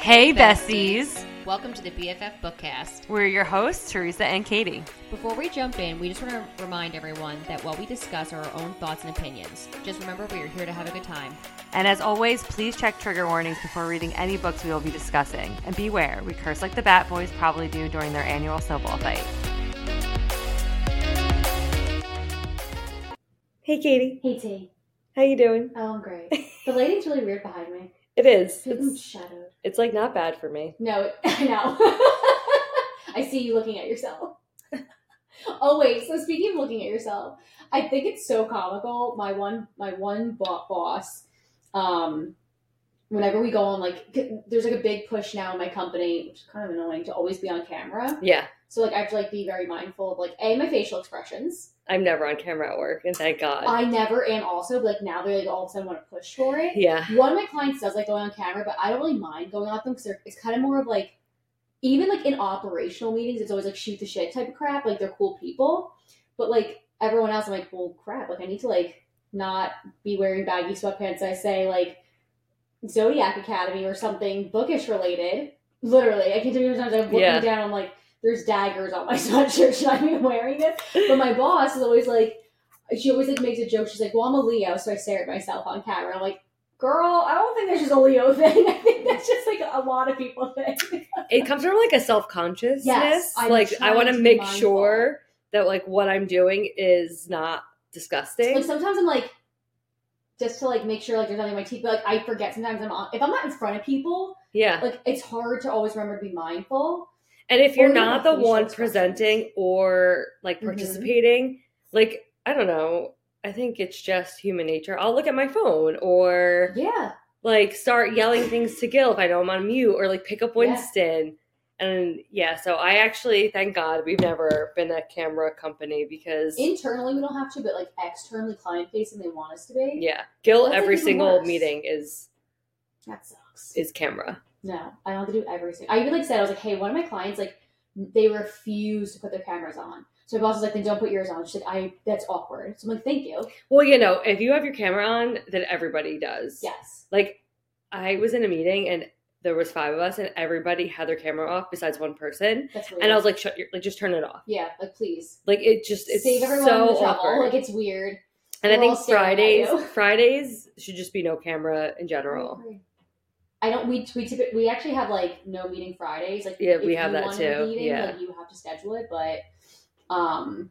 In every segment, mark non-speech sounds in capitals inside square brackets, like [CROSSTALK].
Hey, besties. Welcome to the BFF Bookcast. We're your hosts, Teresa and Katie. Before we jump in, we just want to remind everyone that what we discuss are our own thoughts and opinions. Just remember, we are here to have a good time. And as always, please check trigger warnings before reading any books we will be discussing. And beware, we curse like the Bat Boys probably do during their annual snowball fight. Hey, Katie. Hey T. How you doing? Oh, I'm great. The lighting's really weird behind me. It is. It's It's, shadowed. it's like not bad for me. No, [LAUGHS] it- I know. I see you looking at yourself. oh wait. So speaking of looking at yourself, I think it's so comical. My one, my one bo- boss. Um, whenever we go on, like, c- there's like a big push now in my company, which is kind of annoying to always be on camera. Yeah, So like, I have to like be very mindful of like a my facial expressions. I'm never on camera at work, and thank God. I never am also but, like now they like all of a sudden want to push for it. yeah, One of my clients does like going on camera, but I don't really mind going on them because it's kind of more of like, even like in operational meetings, it's always like shoot the shit type of crap. Like they're cool people, but like everyone else, I'm like, well, crap. Like I need to like not be wearing baggy sweatpants. I say like Zodiac Academy or something bookish related. Literally, I can't tell you how many times I'm looking Yeah. down. I'm like, there's daggers on my [LAUGHS] sweatshirt. Should I be wearing this? But my boss is always like, she always like makes a joke. She's like, "Well, I'm a Leo, so I stare at myself on camera." I'm like, "Girl, I don't think that's just a Leo thing. [LAUGHS] I think that's just like a lot of people think." it comes from like a self consciousness. Yes, I'm like I trying want to to be make mindful. sure that like what I'm doing is not disgusting. Like sometimes I'm like, just to like make sure like there's nothing in my teeth. But like I forget sometimes I'm on, if I'm not in front of people, yeah, like it's hard to always remember to be mindful. and if you're Or even not my the facial one expressions. presenting or like Mhm. participating, like I don't know. I think it's just human nature. I'll look at my phone or Yeah, like start yelling things to Gil if I know I'm on mute or like pick up Yeah. Winston. And yeah, so I actually thank God we've never been a camera company because internally we don't have to, but like externally, client facing, they want us to be. yeah, Gil That's, like, every even single worse. meeting is that sucks. is camera. No, I don't have to do everything. I even like said, I was like, hey, one of my clients, like, they refuse to put their cameras on. So my boss was like, then don't put yours on. She's like, I that's awkward. So I'm like, thank you. Well, you know, if you have your camera on, then everybody does. Yes. Like I was in a meeting and there was five of us and everybody had their camera off besides one person. That's weird. And I was like, shut your like just turn it off. yeah, like please. Like it just it's Save everyone so the trouble. awkward. Like it's weird. and I we're all think staring at Fridays you. Fridays should just be no camera in general. I don't we we typically we actually have like no meeting Fridays. Like Yeah, if we have you that want a too. Meeting, Yeah. Like you have to schedule it, but um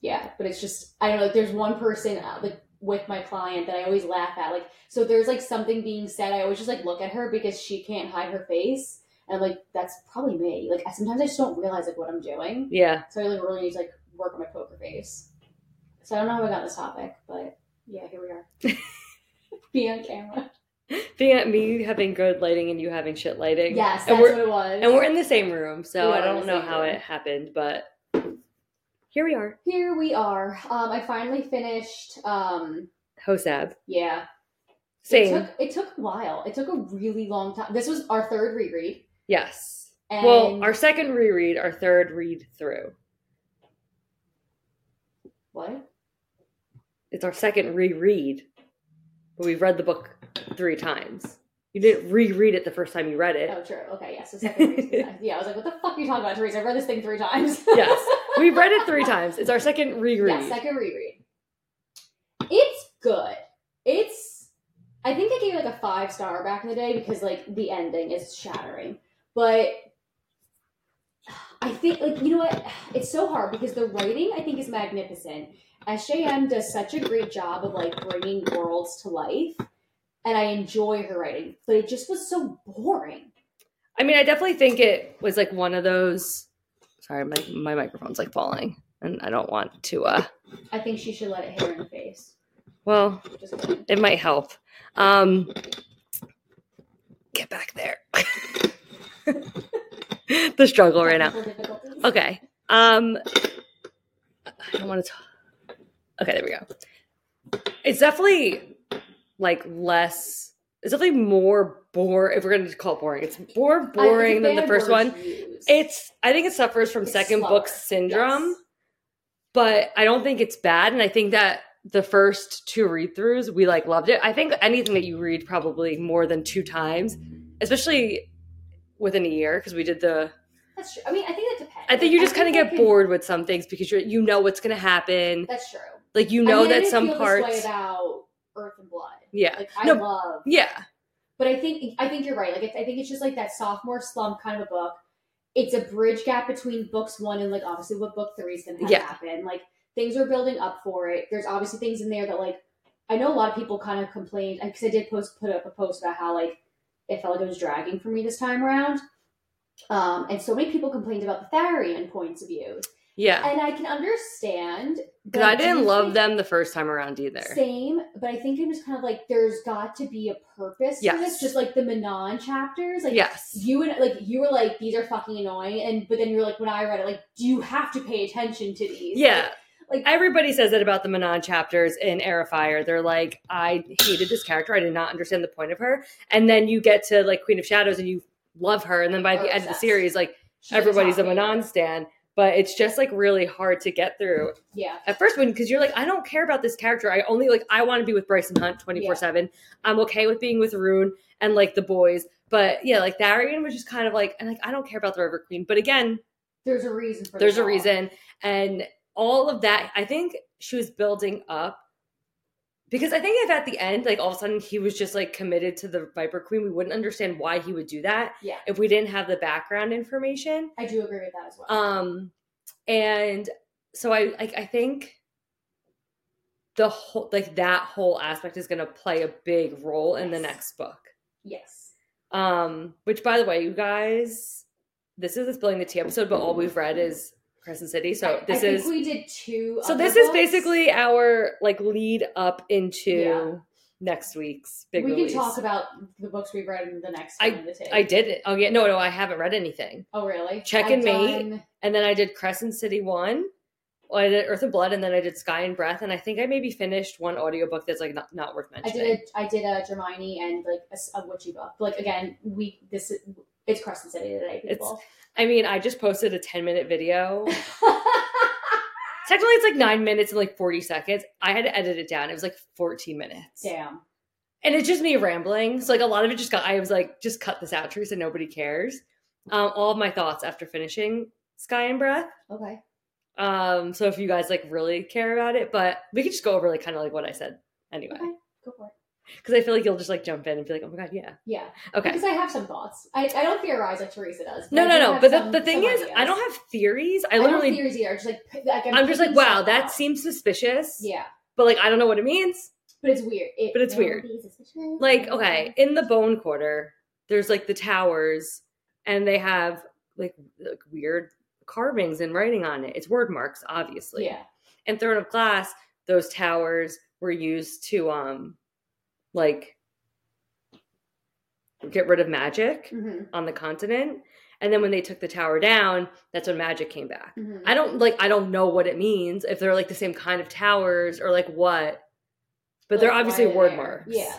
yeah, but it's just I don't know, like there's one person uh, like with my client that I always laugh at. Like so there's like something being said, I always just like look at her because she can't hide her face. And I'm like, that's probably me. Like I- sometimes I just don't realize like what I'm doing. Yeah. So I like really need to like work on my poker face. So I don't know how I got on this topic, but yeah, here we are. [LAUGHS] Be on camera. Being at me having good lighting and you having shit lighting. Yes, that's And we're what it was. and we're in the same room, so We I are in don't the know same how room. it happened, but here we are. here we are. Um, I finally finished. Um, Hosab. yeah, Same. It took, it took a while. It took a really long time. This was our third reread. yes. And well, our second reread, our third read through. what? It's our second reread. But we've read the book three times. You didn't reread it the first time you read it. Oh, true. Okay, yes. the second [LAUGHS] reread. yeah, I was like, what the fuck are you talking about, Teresa? I've read this thing three times. Yes. We've read it three times. It's our second reread. Yeah, second reread. It's good. It's. I think I gave it like a five star back in the day because like the ending is shattering. But I think like you know what? It's so hard because the writing I think is magnificent. SJM does such a great job of like bringing worlds to life, and I enjoy her writing. But it just was so boring. I mean, I definitely think it was like one of those. Sorry, my, my microphone's like falling, and I don't want to. uh I think she should let it hit her in the face. Well, Just kidding. it might help. Um, get back there. [LAUGHS] the struggle right now. Technical difficulties. Okay. Um, I don't want to. Okay, there we go. It's definitely like less. It's definitely more boring. If we're gonna call it boring, it's more I- it's a boring than the bad first word one. to use. It's I think it suffers from It's second slower. book syndrome, Yes. but I don't think it's bad. And I think that the first two read throughs, we like loved it. I think anything that you read probably more than two times, especially within a year because we did the That's true. I mean, I think that depends. i think you Like, just kind of think I get could- bored with some things because you you know what's going to happen That's true. like you I know mean, I that didn't some feel parts This way about Earth and Blood. yeah Like I No. love, yeah but I think I think you're right. Like it's, I think it's just like that sophomore slump kind of a book. It's a bridge gap between books one and like obviously what book three is going to have Yeah. happen. Like things are building up for it. There's obviously things in there that like I know a lot of people kind of complained because I did post put up a post about how like it felt like it was dragging for me this time around. Um, and so many people complained about the Tharian points of view, yeah and I can understand because i that didn't usually- love them the first time around either same, but I think it was kind of like there's got to be a purpose for Yes. this, just like the Manon chapters. Like yes you and like you were like these are fucking annoying, and but then you're like when I read it, like do you have to pay attention to these? yeah like, like everybody says that about the Manon chapters in Aerifier. They're like, I hated this character. I did not understand the point of her. And then you get to like Queen of Shadows and you love her. And then by the Or end of the obsessed. series, like she's a everybody's a top Manon favorite. stan. But it's just like really hard to get through Yeah, at first when because you're like, I don't care about this character. I only like I want to be with Bryson Hunt twenty four seven. I'm okay with being with Rune and like the boys. But yeah, like Tharian was just kind of like, and like I don't care about the River Queen. But again, there's a reason for. there's this a all. reason and all of that i think she was building up because i think if at the end like all of a sudden he was just like committed to the viper queen we wouldn't understand why he would do that Yeah. if we didn't have the background information I do agree with that as well. um and so i like i think the whole like that whole aspect is going to play a big role in the Yes. next book yes, um, which by the way, you guys, this is the spilling the tea episode, but all we've read is Crescent City. So I- I this think is we did two. so other this is books. basically our like lead up into Yeah. next week's big we release. can talk about the books we've read in the next. one to take. I did it. Oh yeah, no, no, I haven't read anything. Oh really? Check I've and mate. done- And then I did Crescent City one. Well, I did Earth and Blood, and then I did Sky and Breath, and I think I maybe finished one audiobook that's like not, not worth I mentioning. did a I did a Germani and like a, s- a witchy book. Like again, we this is, it's Crescent City today, people. I mean, I just posted a ten minute [LAUGHS] video [LAUGHS] Technically, it's like nine minutes and like 40 seconds. I had to edit it down. It was like 14 minutes. Damn. And it's just me rambling. So, like, a lot of it just got, I was like, just cut this out, Teresa. Nobody cares. Um, all of my thoughts after finishing Sky and Breath. Okay. Um, so, if you guys like really care about it, but we could just go over like kind of like what I said anyway. Okay. Go for it. Because I feel like you'll just like jump in and be like, oh my God, yeah. Yeah. Okay. Because I have some thoughts. I, I don't theorize like Teresa does. No, I no, do no. have But the, some- the thing some is, I ideas. don't have theories. I I don't literally, theories either. Just like, p- like I'm, I'm just like, picking wow, stuff that out. seems suspicious. Yeah, But like, I don't know what it means. but it's weird. It But it's will weird. be suspicious. like okay in the bone quarter there's like the towers and they have like, like weird carvings and writing on it it's word marks obviously Yeah. and throne of glass those towers were used to um like get rid of magic hmm on the continent and then when they took the tower down that's when magic came back hmm i don't like i don't know what it means if they're like the same kind of towers or like what but they're Like, why obviously are they word there? marks Yeah.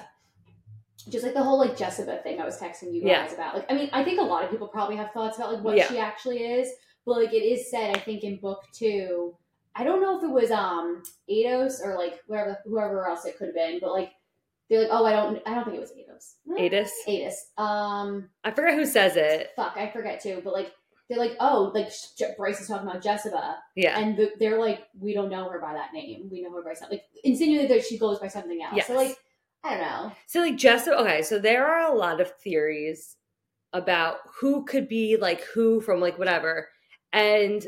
Just like the whole like Jessica thing I was texting you guys Yeah. about. Like I mean, I think a lot of people probably have thoughts about like what Yeah. she actually is, but like it is said I think in book two. I don't know if it was um Ados or like whatever whoever else it could have been, but like they're like, oh, I don't, I don't think it was Ados. Adis. Ados. Um, I forget who says it. fuck, I forget too. But like they're like, oh, like Je- Bryce is talking about Jessica, Yeah. and the, they're like, we don't know her by that name. We know her by something like insinuating that she goes by something else. So Yes. like, I don't know. So like Jess okay, so there are a lot of theories about who could be like who from like whatever. And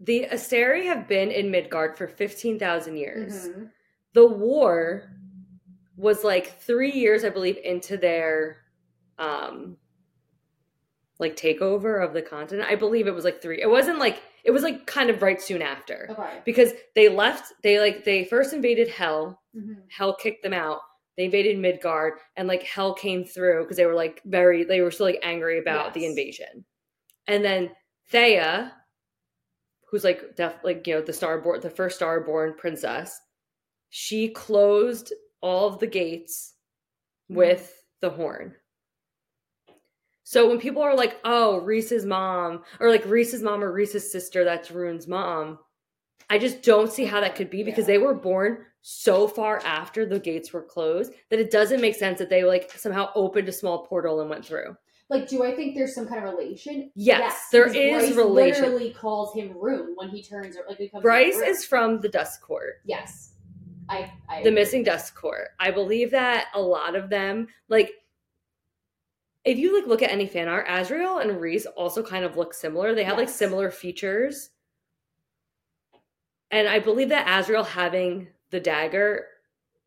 the Asteri have been in Midgard for 15,000 years. Mhm. The war was like 3 years I believe into their um like takeover of the continent. I believe it was like 3. It wasn't like it was like kind of right soon after. Okay. because they left they like they first invaded hell hmm hell kicked them out they invaded midgard and like hell came through because they were like very they were still like angry about the Yes. invasion and then thea who's like def like you know the starborn the first starborn princess she closed all of the gates with the horn so when people are like oh reese's mom or like reese's mom or reese's sister that's rune's mom I just don't see how that could be because they Yeah. were born so far after the gates were closed that it doesn't make sense that they like somehow opened a small portal and went through. Like, do I think there's some kind of relation? Yes, there because is Bryce relation. Literally calls him room when he turns like becomes Bryce room. is from the Dust Court, yes. I, I the missing Dust Court. I believe that a lot of them, like, if you like look at any fan art, Azrael and Reese also kind of look similar. They have like Yes. similar features, and I believe that Azrael having the dagger.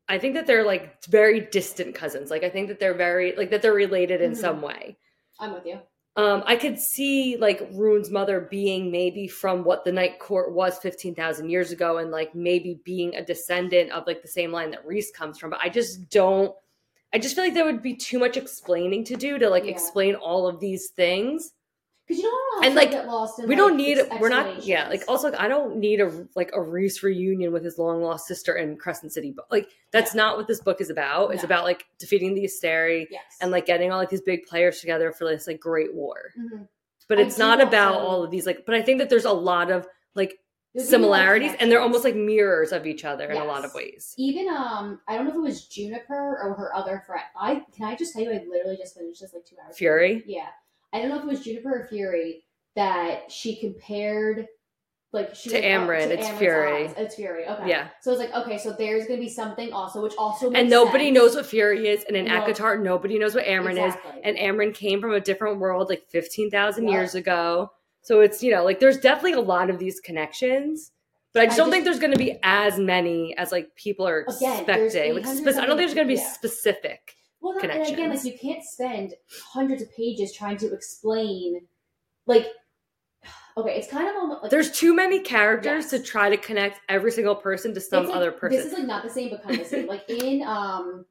I think that they're like very distant cousins. Like I think that they're very like that they're related in Mhm. some way. I'm with you. Um, I could see like Rune's mother being maybe from what the Night Court was 15,000 years ago and like maybe being a descendant of like the same line that Reese comes from. But I just don't, I just feel like there would be too much explaining to do to like Yeah. explain all of these things. Because you don't want to And, like, get lost in we like, don't need, ex- we're not, yeah. Like explanations. also, I don't need a like a Reese reunion with his long lost sister in Crescent City. But like, that's not what this book is about. It's No. about like defeating the Asteri yes. and like getting all like these big players together for this like great war Mhm. but I it's do not also- about all of these like but i think that there's a lot of like There's gonna be a lot of similarities and they're connections. almost like mirrors of each other in a lot Yes. of ways even um I don't know if it was Juniper or her other friend. I can I just tell you I literally just finished this like two hours. ago. fury Yeah. I don't know if it was Juniper or Fury that she compared like she To was up Amryn, it's Amryn's Fury. eyes. It's Fury. Okay. yeah So it's like okay, so there's gonna be something also which also makes and nobody sense. knows what fury is and in No. akatar nobody knows what amryn is exactly. and amryn came from a different world like 15000 Yeah. years ago so it's you know like there's definitely a lot of these connections but I just I don't just- think there's going to be as many as like people are Again, there's expecting. Like, 800 spec- I don't think there's going to be something- yeah. specific. Well, no, and again, like connections. you can't spend hundreds of pages trying to explain, like, [SIGHS] okay, it's kind of almost like There's too many characters Yes. to try to connect every single person to some it's like- other person. This is like not the same, but kind of the same. Like in um,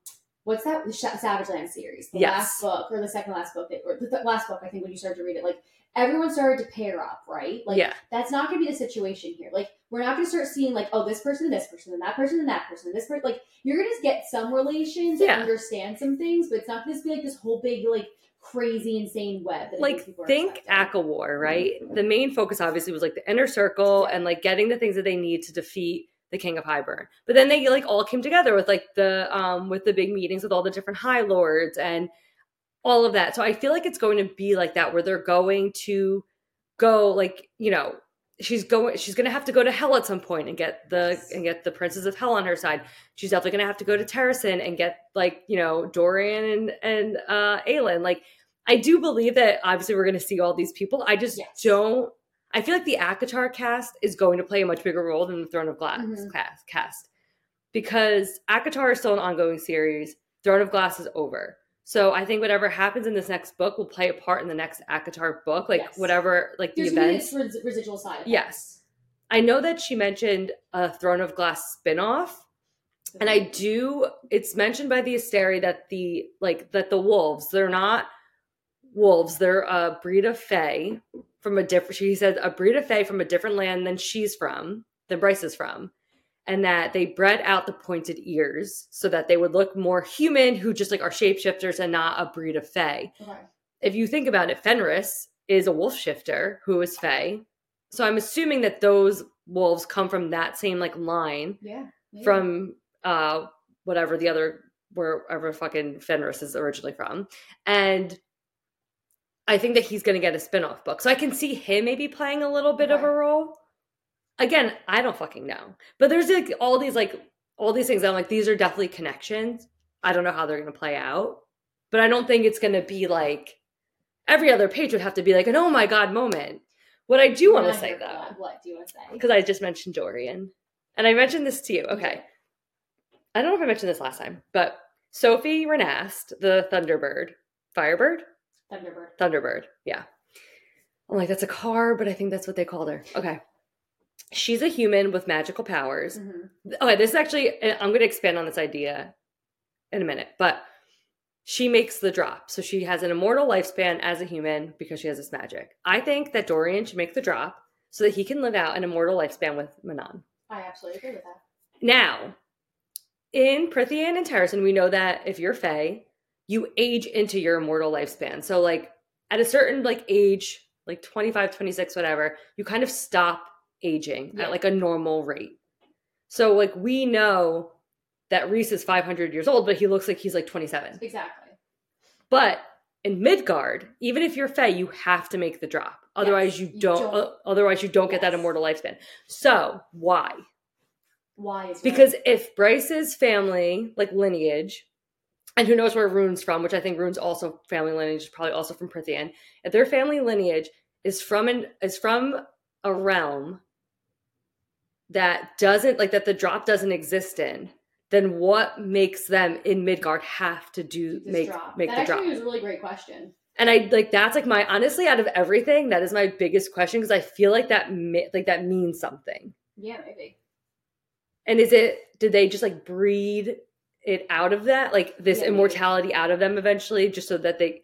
what's that the Sha- Savage Land series? The Yes. last book or the second last book, that, or the th- last book I think when you started to read it, like everyone started to pair up, right? Like yeah, that's not going to be the situation here. Like we're not going to start seeing like oh this person, this person, and that person, and that person, and this person. Like you're going to get some relations Yeah. and understand some things, but it's not going to be like this whole big like crazy insane web. That I like people are Mm-hmm. think expecting. Akawar, right? The main focus obviously was like the inner circle and like getting the things that they need to defeat the King of Highburn. But then they like all came together with like the um with the big meetings with all the different High Lords and all of that. So I feel like it's going to be like that where they're going to go like, you know, she's going she's going to have to go to hell at some point and get the and get the princess of hell on her side. She's definitely going to have to go to Terrasen and get like, you know, Dorian and and uh Aelin. Like I do believe that obviously we're going to see all these people. I just Yes. don't. I feel like the Akatar cast is going to play a much bigger role than the Throne of Glass Mhm. cast, cast because Akatar is still an ongoing series. Throne of Glass is over. So I think whatever happens in this next book will play a part in the next Akatar book, like Yes. whatever, like there's the going to be events. this res- residual side. effect. Yes. I know that she mentioned a Throne of Glass spinoff, and I do. It's mentioned by the Asteri that the like that the wolves they're not wolves. They're a breed of fae from a different. She said a breed of fae from a different land than she's from, than Bryce is from, and that they bred out the pointed ears so that they would look more human, who just like are shapeshifters and not a breed of fae. Okay. If you think about it, Fenris is a wolf shifter who is fae, so I'm assuming that those wolves come from that same like line Yeah. maybe. from uh whatever the other wherever fucking Fenris is originally from. And I think that he's gonna get a spin-off book. So I can see him maybe playing a little bit of a Okay. role. Again, I don't fucking know. But there's like all these like all these things that I'm like, these are definitely connections. I don't know how they're gonna play out. But I don't think it's gonna be like every other page would have to be like an oh my god moment. What I do We're want to not say here for though that. What do you want to say? because I just mentioned Dorian. And I mentioned this to you. Okay. I don't know if I mentioned this last time, but Sophie Renast, the Thunderbird, Firebird? Thunderbird. Thunderbird. Yeah. I'm like, that's a car, but I think that's what they called her. Okay. She's a human with magical powers. Mhm. Okay, this is actually, and I'm going to expand on this idea in a minute, but she makes the drop. So she has an immortal lifespan as a human because she has this magic. I think that Dorian should make the drop so that he can live out an immortal lifespan with Manon. I absolutely agree with that. Now, in Prithian and Terrasen, we know that if you're Fae, you age into your immortal lifespan. So, like, at a certain like age, like 25, 26, whatever, you kind of stop aging Yeah. at like a normal rate. So like we know that Reese is 500 years old, but he looks like he's like 27. Exactly. But in Midgard, even if you're Fey, you have to make the drop. Otherwise, Yes, you you don't. don't. uh, otherwise, you don't get that Yes. immortal lifespan. So why? Why is Because if Bryce's family, like lineage, and who knows where Rune's from, which I think Rune's also family lineage is probably also from Prithian. If their family lineage is from an is from a realm that doesn't like that the drop doesn't exist in, then what makes them in Midgard have to do this make drop? make that the actually drop? was a really great question. and I like that's like my honestly out of everything that is my biggest question because I feel like that mi- like that means something. Yeah, maybe. And is it did they just like breed it out of that, like this Yeah, maybe. immortality out of them eventually, just so that they,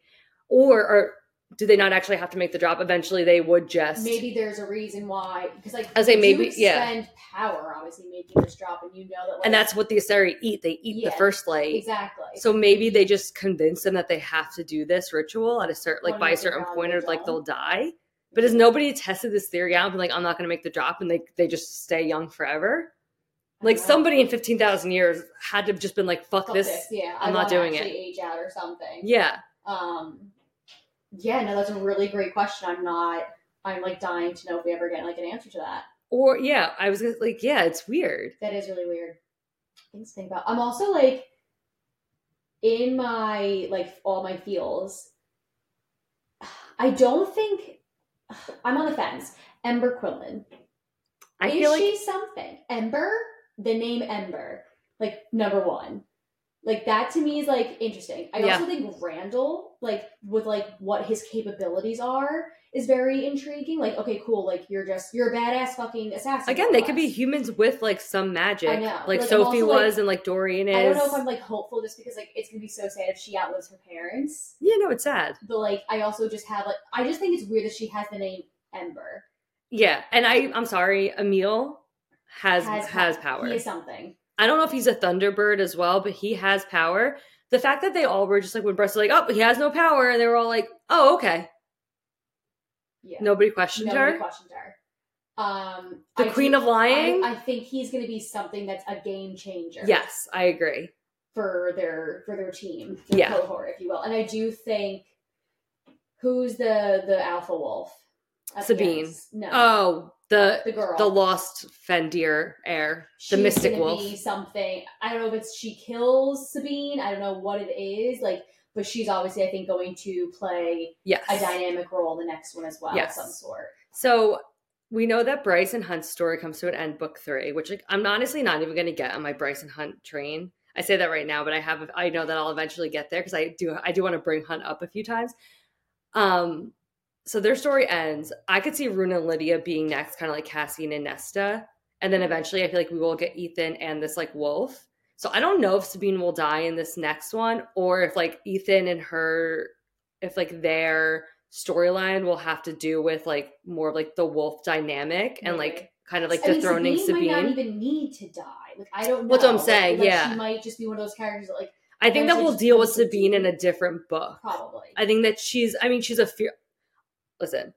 or or do they not actually have to make the drop? Eventually, they would just Maybe there's a reason why. Because like I say maybe- you yeah. expend power obviously making this drop, and you know that. Like, and that's what the Asari eat. They eat Yeah, the first light. exactly. So maybe they just convince them that they have to do this ritual at a certain, like Or by a not, they certain die, point, they or like die. they'll die. But has nobody tested this theory out? And been like, I'm not going to make the drop, and they they just stay young forever. Like Wow. somebody in fifteen thousand years had to have just been like, fuck, Fuck this. yeah, I'm I not wanna doing it. actually Age out or something. Yeah. Um, yeah, no, that's a really great question. I'm not. I'm like dying to know if we ever get like an answer to that. Or yeah, I was gonna, like, yeah, it's weird. That is really weird. Things to think about. I'm also like in my like all my feels. I don't think I'm on the fence. Ember Quinlan. I is feel like she something? Ember? The name Ember. Like number one. Like that to me is like interesting. I Yeah. also think Randall, like with like what his capabilities are, is very intriguing. Like, okay, cool, like you're just you're a badass fucking assassin. again, they for could us. be humans with like some magic, I know. like Like, I'm Sophie also, was like- and like Dorian is. I don't know if I'm like hopeful just because like it's gonna be so sad if she outlives her parents. yeah, no, it's sad. But like I also just have like I just think it's weird that she has the name Ember. Yeah, and I, I'm sorry, Emil has has, power. He is something. I don't know if he's a Thunderbird as well, but he has power. The fact that they all were just like when Brest was like, oh, he has no power, and they were all like, oh, okay. Yeah. Nobody questioned Nobody her. questioned her. Um, The I Queen do- of Lying. I, I think he's going to be something that's a game changer. yes, I agree. for their for their team, their Yeah. cohort, if you will. And I do think who's the the alpha wolf? At the Sabine. end? No, Oh, the the girl. the lost Fendir heir, the She's Mystic gonna Wolf. Be something. I don't know if it's she kills Sabine. I don't know what it is like. But she's obviously, I think, going to play Yes, a dynamic role in the next one as well, Yes. of some sort. So we know that Bryce and Hunt's story comes to an end, book three, which like, I'm honestly not even going to get on my Bryce and Hunt train. I say that right now, but I have I know that I'll eventually get there because I do I do want to bring Hunt up a few times. Um, so their story ends. I could see Rune and Lydia being next, kind of like Cassian and Nesta, and then eventually I feel like we will get Ethan and this like wolf. So I don't know if Sabine will die in this next one, or if like Ethan and her, if like their storyline will have to do with like more of like the wolf dynamic and like Maybe. kind of like I mean, dethroning Sabine. might not even need to die. Like I don't know. That's what I'm Like- saying, like, yeah. she might just be one of those characters that, like, I think that There's we'll just deal with consistency. Sabine in a different book. probably. I think that she's. I mean, she's a fear. Listen,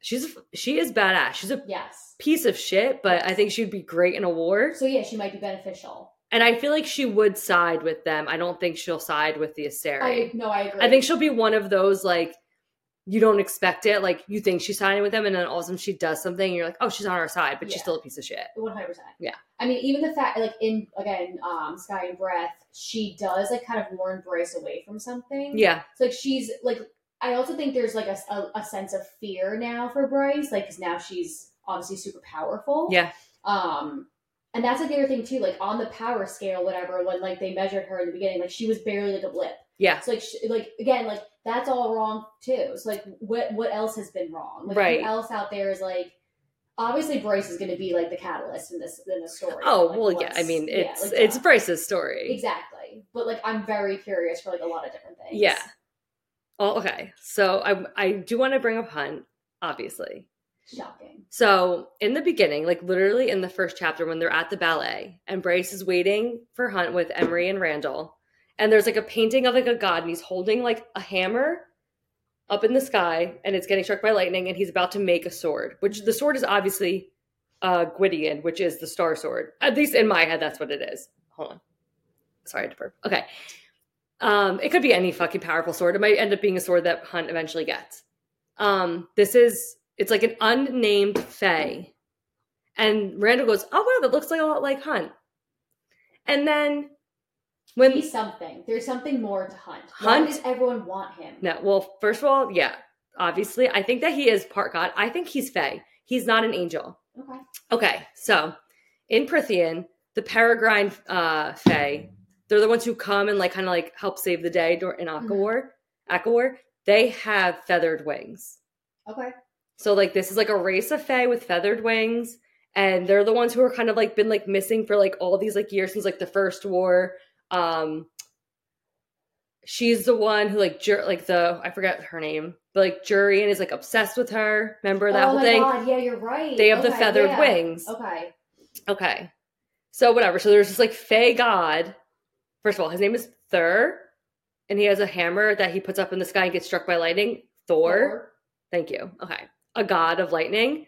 she's she is badass. She's a yes. piece of shit, but I think she'd be great in a war. So yeah, she might be beneficial. And I feel like she would side with them. I don't think she'll side with the I Asari. no, I agree. I, think she'll be one of those like you don't expect it. Like you think she's siding with them, and then all of a sudden she does something, and you're like, oh, she's on our side, but she's Yeah. still a piece of shit. one hundred percent. Yeah. I mean, even the fact like in again, um, Sky and Breath, she does like kind of warn Bryce away from something. Yeah, So, like she's like. I also think there's like a, a, a sense of fear now for Bryce, like because now she's obviously super powerful. yeah, Um, and that's like the other thing too, like on the power scale, whatever. When like they measured her in the beginning, like she was barely like a blip. yeah. So like, sh- like again, like that's all wrong too. So like, what what else has been wrong? Like, Right. Who else out there is like, obviously Bryce is going to be like the catalyst in this in the story. Oh Like, well, yeah. what's- I mean, yeah, it's like, it's yeah. Bryce's story. exactly. But like, I'm very curious for like a lot of different things. Yeah. Oh, okay. So I I do want to bring up Hunt, obviously. Shocking. So in the beginning, like literally in the first chapter, when they're at the ballet and Bryce is waiting for Hunt with Emery and Randall, and there's like a painting of like a god and he's holding like a hammer up in the sky and it's getting struck by lightning and he's about to make a sword, which the sword is obviously uh, Gwydion, which is the Star Sword. At least in my head, that's what it is. Hold on. Sorry, I had to burp. Okay. Um, it could be any fucking powerful sword. It might end up being a sword that Hunt eventually gets. Um, this is it's like an unnamed Fey. And Randall goes, Oh wow, that looks like a lot like Hunt. And then when He's something. There's something more to Hunt. Hunt- Why does everyone want him? No, well, first of all, yeah, obviously. I think that he is part God. I think he's Fey. He's not an angel. Okay. Okay, so in Prithian, the Peregrine uh, Fae, they're the ones who come and like kind of like help save the day dur- in Akawar. Akawar, they have feathered wings. Okay. So like this is like a race of Fae with feathered wings, and they're the ones who are kind of like been like missing for like all these like years since like the first war. Um she's the one who like jur- like the I forget her name, but like Jurian is like obsessed with her. Remember that oh whole my thing? God. Yeah, you're right. They have the Okay, feathered yeah. Oh. wings. Okay. Okay. So whatever. So there's this like Fey god. First of all, his name is Thur, and he has a hammer that he puts up in the sky and gets struck by lightning. Thor. Thank you. Okay. A god of lightning.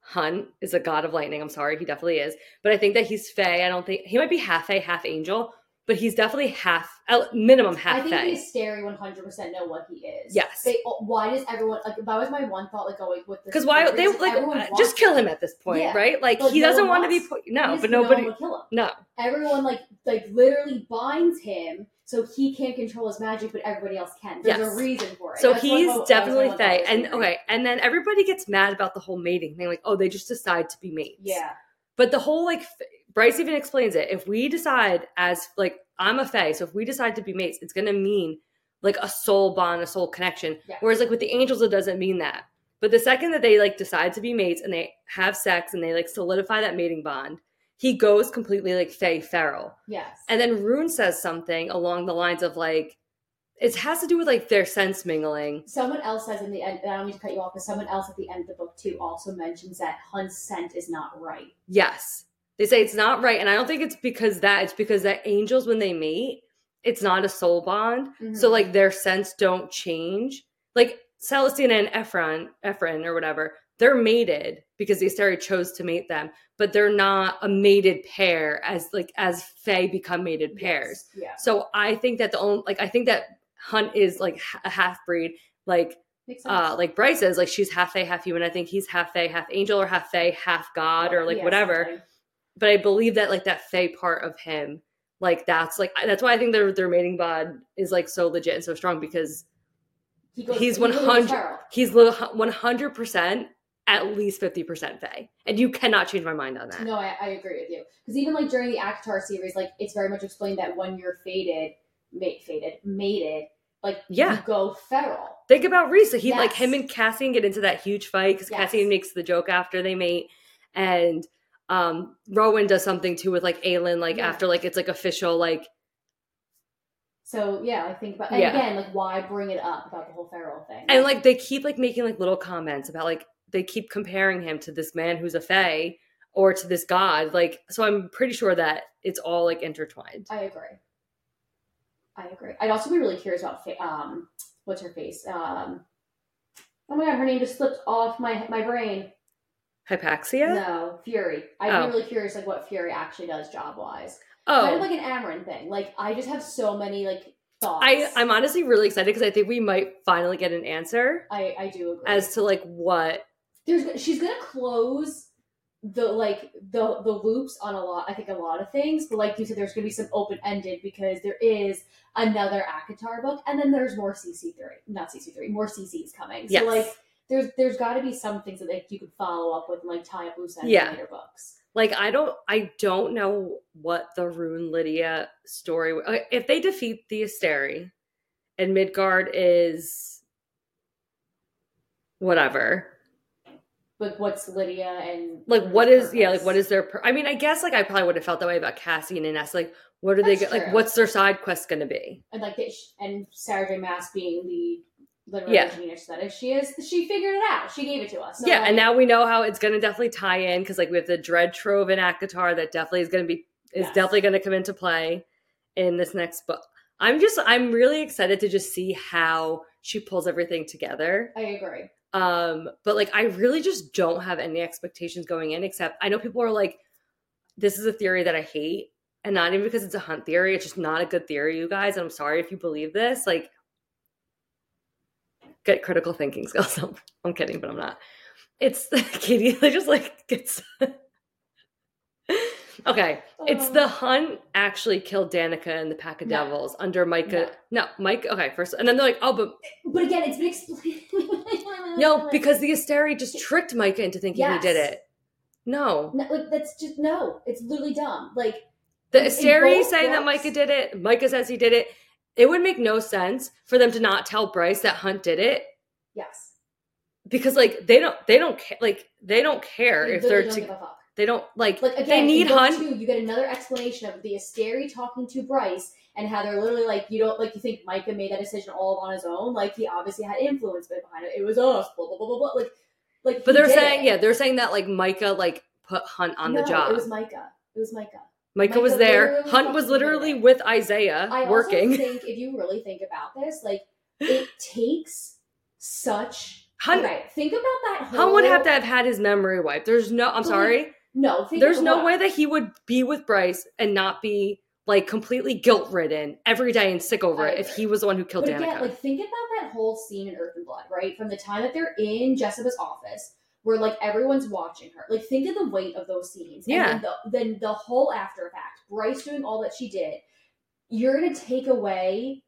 Hun is a god of lightning. I'm sorry, he definitely is. But I think that he's Fey. I don't think he might be half Fey, half angel, but he's definitely half at minimum I half think Fey. he is scary 100 percent know what he is. Yes. They all- why does everyone like that was my one thought like going with this Because why story, they is like uh, everyone wants just kill him at this point, Yeah. right? Like But he no doesn't one want to be wants- put. He No, just- but no one nobody. will kill him. No. Everyone like like literally binds him so he can't control his magic, but everybody else can. There's Yes. a reason for it. So That's what- he's that was my definitely one thought Fey. was And scary. okay, and then everybody gets mad about the whole mating thing. Like, oh, they just decide to be mates. Yeah. But the whole like f- Bryce even explains it. If we decide as like I'm a fae, so if we decide to be mates, it's gonna mean like a soul bond, a soul connection. Yeah. Whereas like with the angels, it doesn't mean that. But the second that they like decide to be mates and they have sex and they like solidify that mating bond, he goes completely like fae feral. Yes. And then Rune says something along the lines of like it has to do with like their sense mingling. someone else says in the end, and I don't mean to cut you off, but someone else at the end of the book too also mentions that Hunt's scent is not right. Yes. They say it's not right. And I don't think it's because that. It's because that angels, when they meet, it's not a soul bond. Mm-hmm. So Mm-hmm. like their scents don't change. Like Celestina and Ephron, Ephron or whatever, they're mated because the Asteri chose to mate them, but they're not a mated pair as like as Fae become mated pairs. Yeah. So I think that the only like I think that Hunt is like h- a half breed, like Makes sense. uh like Bryce is like she's half Fae, half human. I think he's half Fae, half angel, or half Fae, half God, or like Yeah, whatever something. but I believe that like that Fey part of him, like that's like I- that's why I think their their mating bond is like so legit and so strong because He he's he goes 100 feral. he's one hundred percent at least fifty percent Fey, and you cannot change my mind on that. No, I, I agree with you. Because even like during the Akatar series, like it's very much explained that when you're faded, mate faded, mated, like Yeah. you go feral. Think about Risa. He like Yes. him and Cassian get into that huge fight because Yes. Cassian makes the joke after they mate, and um Rowan does something too with like Aelin like Yeah. after like it's like official like So yeah, I think about and Yeah. again, like why bring it up about the whole feral thing? And like they keep like making like little comments about like they keep comparing him to this man who's a fae or to this god. Like so I'm pretty sure that it's all like intertwined. I agree. I agree. I'd also be really curious about fa- um, what's her face? Um, oh my god, her name just slipped off my my brain. Hypaxia? No, Fury. I'd Oh. be really curious like what Fury actually does job wise. Kind Oh. of like an Amarin thing. Like I just have so many like thoughts. I I'm honestly really excited because I think we might finally get an answer I, I do agree. as to like what there's she's gonna close the like the the loops on a lot I think a lot of things but like you said there's gonna be some open ended because there is another Akatar book and then there's more CC3 not CC3 more CCs coming Yes. so like there's there's got to be some things that like, you could follow up with and like tie up loose ends Yeah. in later books like I don't I don't know what the Rune Lydia story okay, if they defeat the Asteri and Midgard is whatever like what's Lydia and like what is yeah like what is their per- i mean i guess like i probably would have felt that way about cassian and s like what are they That's go- like true. what's their side quest gonna be and like that sh and Sarah J Mass being the literary Yeah. genius that is she is she figured it out she gave it to us So, yeah like, and now we know how it's gonna definitely tie in because like we have the dread trove in akatar that definitely is gonna be is Yes. definitely gonna come into play in this next book i'm just i'm really excited to just see how she pulls everything together I agree Um, but like I really just don't have any expectations going in, except I know people are like, this is a theory that I hate. And not even because it's a hunt theory, it's just not a good theory, you guys. And I'm sorry if you believe this. Like, get critical thinking [LAUGHS] skills. I'm, I'm kidding, but I'm not. It's [LAUGHS] Katie, I just like gets. [LAUGHS] okay. It's Oh. the hunt actually killed Danica and the pack of No. devils under Micah. No. Mike. Okay, first, and then they're like, "Oh, but But again, it's been explained. [LAUGHS] no, because the Asteri just tricked Micah into thinking he did Yes. it." No, No, like that's just no. It's literally dumb. Like the In- in Asteri both saying that books- Micah did it. Micah says he did it. It would make no sense for them to not tell Bryce that Hunt did it yes, because, like, they don't they don't ca- like they don't care They if they're literally don't to, give a fuck. they don't like, Like again, they in need book Hunt. Two, you get another explanation of the Asteri talking to Bryce and how they're literally like, you don't like you think Micah made that decision all on his own. Like he obviously had influence behind it. It was us. Blah blah blah blah blah. Like, like. But he they're did saying, it. yeah, they're saying that like Micah like put Hunt on No, the job. It was Micah. It was Micah. Micah, was Micah there. literally Hunt was fucking did literally it. with Isaiah I working. [LAUGHS] also think if you really think about this, like it takes such. Hunt okay, think about that. Whole, Hunt would have to have had his memory wiped. There's no. I'm But, sorry. No, think There's no about- way that he would be with Bryce and not be like completely guilt ridden every day and sick over I it if agree. he was the one who killed But Danica. again, like think about that whole scene in Earth and Blood, right? From the time that they're in Jessica's office, where like everyone's watching her. Like think of the weight of those scenes. Yeah. And then the, then the whole after fact, Bryce doing all that she did. You're gonna take away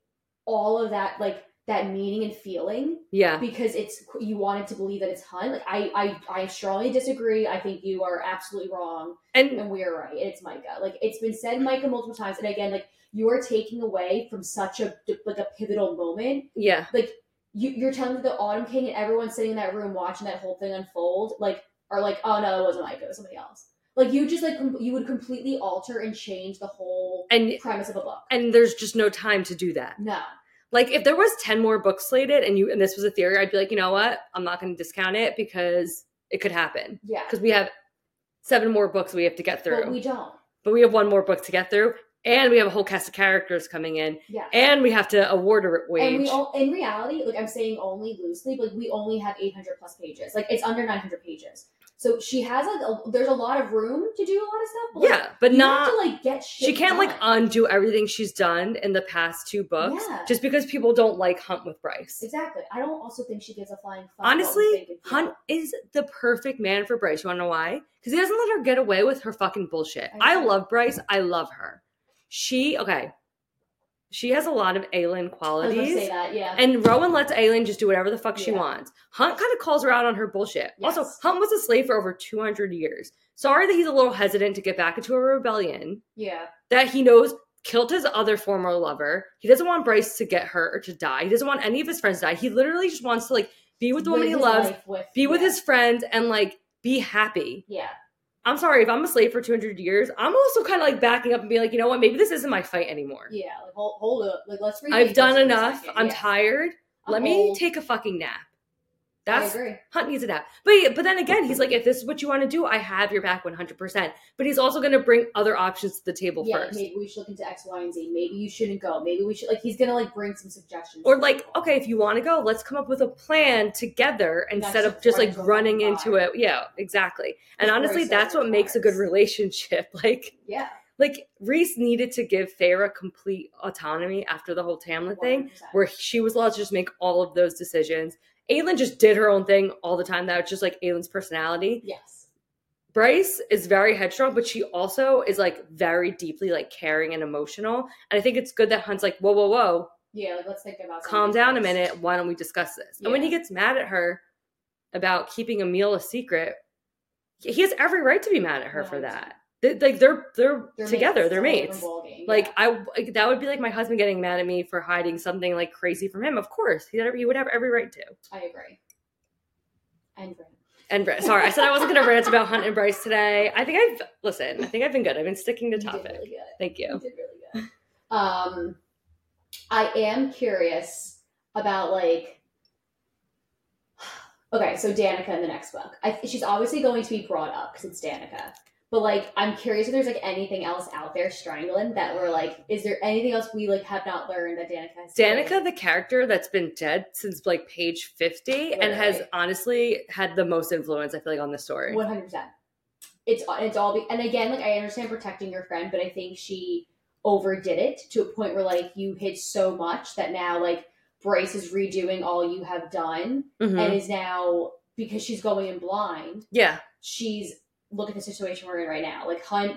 all of that, like that meaning and feeling, yeah. because it's you wanted to believe that it's Hunt. Like I, I, I strongly disagree. I think you are absolutely wrong. And and we are right. It's Micah. Like it's been said, Micah, multiple times, and again, like you are taking away from such a like a pivotal moment. yeah. You, you're telling me the Autumn King and everyone sitting in that room watching that whole thing unfold, like are like, oh no, it wasn't Micah, it was somebody else. Like you just like com- you would completely alter and change the whole And premise of a book. and there's just no time to do that. No, Like if there was 10 more books slated and you and this was a theory, I'd be like, "You know what? I'm not going to discount it because it could happen." yeah, Cuz we have seven more books we have to get through. but we don't. but we have one more book to get through, and we have a whole cast of characters coming in, Yeah. and we have to award a wage. And we all, in reality, like I'm saying only loosely, but like we only have 800 plus pages. Like it's under 900 pages. So she has like a, there's a lot of room to do a lot of stuff. But like, yeah, but You have not to, like get shit she can't like done. undo everything she's done in the past two books Yeah. just because people don't like Hunt with Bryce. exactly i don't also think she gives a flying fuck what we Honestly, think of people. Hunt is the perfect man for Bryce. You want to know why? Because he doesn't let her get away with her fucking bullshit. I I know. love Bryce. I love her. She okay. She has a lot of alien I was qualities. gonna say that yeah And Rowan lets Aileen just do whatever the fuck she Yeah. wants. Hunt kind of calls her out on her bullshit. Also, Yes. Hunt was a slave for over 200 years. Sorry that he's a little hesitant to get back into a rebellion yeah that he knows killed his other former lover. He doesn't want Bryce to get hurt or to die. He doesn't want any of his friends to die. He literally just wants to like be with the woman he his loves, life with, be with yeah. his friends, and like be happy. yeah I'm sorry if I'm a slave for 200 years. I'm also kind of like backing up and being like, you know what? Maybe this isn't my fight anymore. yeah like hold, hold up like let's read I've these done books for a enough. second. I'm Yeah. tired. I'm Let me old. take a fucking nap. i That's agree Hunt needs a nap. But but then again, he's like, if this is what you want to do, I have your back 100. percent But he's also going to bring other options to the table yeah like, first, maybe we should look into x y and z maybe you shouldn't go maybe we should like he's gonna like bring some suggestions or to like, people. okay, if you want to go, let's come up with a plan together instead That's of just right, like go running by. into it. Yeah, exactly. And Before honestly, he that's what makes a good self-retires. relationship. [LAUGHS] Like yeah like Reese needed to give Feyre complete autonomy after the whole Tamlin thing, 100%. where she was allowed to just make all of those decisions. Aelin just did her own thing all the time. That was just like Aelin's personality. yes Bryce is very headstrong, but she also is like very deeply like caring and emotional. And I think it's good that Hunt's like, whoa, whoa, whoa, yeah like let's think about calm something down a first. minute. Why don't we discuss this? And when he Yeah. gets mad at her about keeping a meal a secret, he has every right to be mad at her for Right. that. They- like they're they're, They're together, mates. they're It's a whole mates. different ballgame. Like Yeah. I like, that would be like my husband getting mad at me for hiding something like crazy from him. Of course, he, he would have every right to. i agree and And Bri- sorry, I said I wasn't going to rant about Hunt and Bryce today. I think I've listen. I think I've been good. I've been sticking to you did topic. really good Thank You you. did really good. Um, I am curious about like. [SIGHS] Okay, so Danica in the next book. I, she's obviously going to be brought up because it's Danica. But like, I'm curious if there's like anything else out there strangling that we're like, is there anything else we like have not learned that Danica has? Danica, the character that's been dead since like page 50 and has Literally. honestly had the most influence, I feel like, on the story. one hundred percent. It's it's all be- and again, like I understand protecting your friend, but I think she overdid it to a point where like you hid so much that now like Bryce is redoing all you have done Mhm. and is now because she's going in blind. [LAUGHS] yeah. she's look at the situation we're in right now. Like Hunt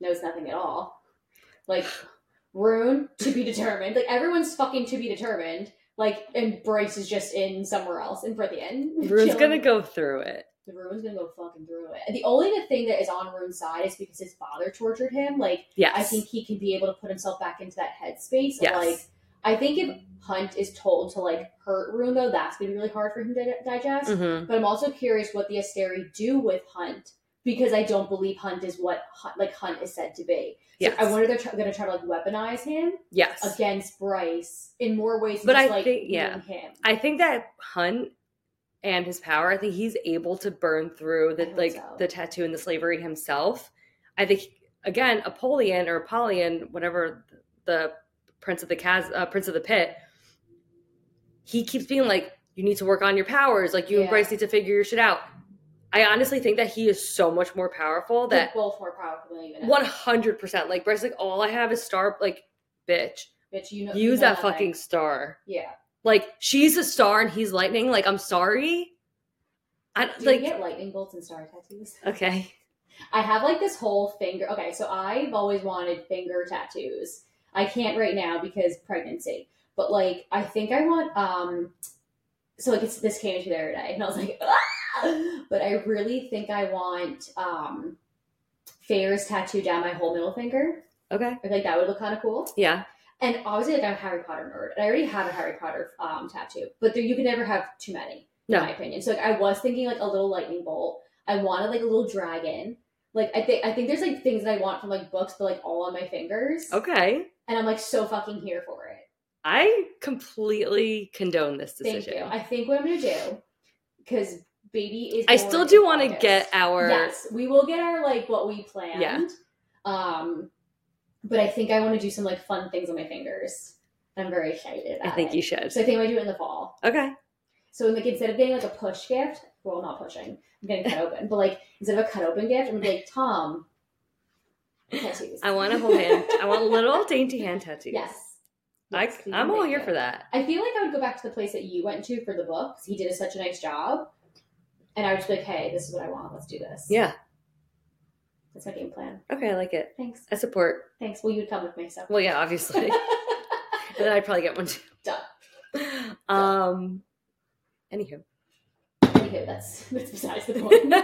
knows nothing at all. Like Rune to be determined. Like everyone's fucking to be determined. Like and Bryce is just in somewhere else in Prithian. [LAUGHS] Rune's chilling. going to go through it. Rune's gonna go fucking through it. The only good thing that is on Rune's side is because his father tortured him. Like Yes. I think he can be able to put himself back into that headspace. of, Yes. Like, I think if Hunt is told to like hurt Rune though, that's gonna be really hard for him to di- digest. Mhm. But I'm also curious what the Asteri do with Hunt because I don't believe Hunt is what Hunt, like Hunt is said to be. So Yes. I wonder if they're tr- going to try to like weaponize him yes. against Bryce in more ways. Than But just, I like, think- yeah. being him. I think that Hunt and his power, I think he's able to burn through I the hope like so. the tattoo and the slavery himself. I think again, Apollyon or Apollyon, whatever the prince of the Chas- uh, prince of the pit, he keeps being like, "You need to work on your powers. Like you Yeah. and Bryce need to figure your shit out." I honestly think that he is so much more powerful They're that both more powerful than you. and I. one hundred percent, like Bryce, like all I have is star. Like, bitch, bitch, you know, you use know that fucking nothing. star yeah. like she's a star and he's lightning like i'm sorry i Do like you get lightning bolts and star tattoos? okay I have like this whole finger. Okay, so I've always wanted finger tattoos. I can't right now because pregnancy. But like, I think I want. um So like, it's this came to the other day, and I was like, ah! but I really think I want um Fair's tattoo down my whole middle finger. okay I feel like that would look kind of cool. yeah And obviously, like I'm a Harry Potter nerd, and I already have a Harry Potter um, tattoo. But there, you can never have too many, No. in my opinion. So like, I was thinking like a little lightning bolt. I wanted like a little dragon. Like I think I think there's like things that I want from like books, but like all on my fingers. okay And I'm like so fucking here for it. i completely condone this decision Thank you. I think what I'm gonna do because baby is. I born still do in want to August. get our Yes, we will get our like what we planned. Yeah. Um, but I think I want to do some like fun things on my fingers. I'm very excited. i About think it. you should So I think I might do it in the fall. okay So like instead of getting like a push gift, well not pushing, I'm getting cut open, but like instead of a cut open gift, I'm gonna be like Tom. tattoos." i want a whole hand i want little dainty hand tattoos [LAUGHS] yes. I, Yes, we can i'm all make here it. for that I feel like I would go back to the place that you went to for the book 'cause he did such a nice job, and I would just be like, "Hey, this is what I want. Let's do this." yeah that's my game plan. okay i like it Thanks, i support thanks. Well, you would come with me, so well [LAUGHS] yeah obviously and then i'd probably get one Done. too um anywho Anywho, that's that's [LAUGHS] besides the point.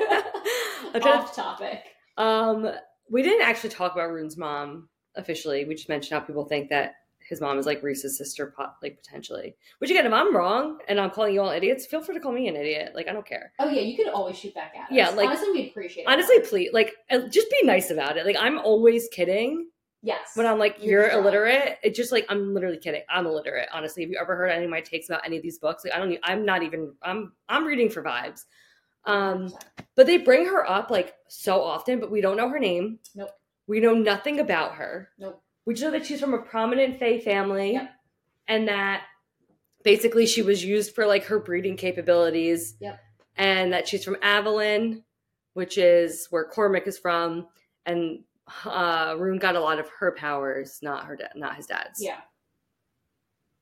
Okay. Off topic. Um, we didn't actually talk about Rune's mom officially. We just mentioned how people think that his mom is like Reese's sister, pot, like potentially. Which again, if I'm wrong and I'm calling you all idiots, feel free to call me an idiot. Like I don't care. Oh yeah, you could always shoot back at us. Yeah, like- honestly, we appreciate. it. Honestly, please, like uh, just be nice about it. Like I'm always kidding yes. when I'm like You're you're, drunk. illiterate. It's just like I'm literally kidding. I'm illiterate. Honestly, have you ever heard any of my takes about any of these books? Like I don't. e- I'm not even. I'm I'm reading for vibes. Um, but they bring her up like so often, but we don't know her name. Nope. We know nothing about her. Nope. We just know that she's from a prominent Fey family, Yep. and that basically she was used for like her breeding capabilities. Yep. And that she's from Avalon, which is where Cormac is from, and uh, Rune got a lot of her powers, not her dad, not his dad's. Yeah.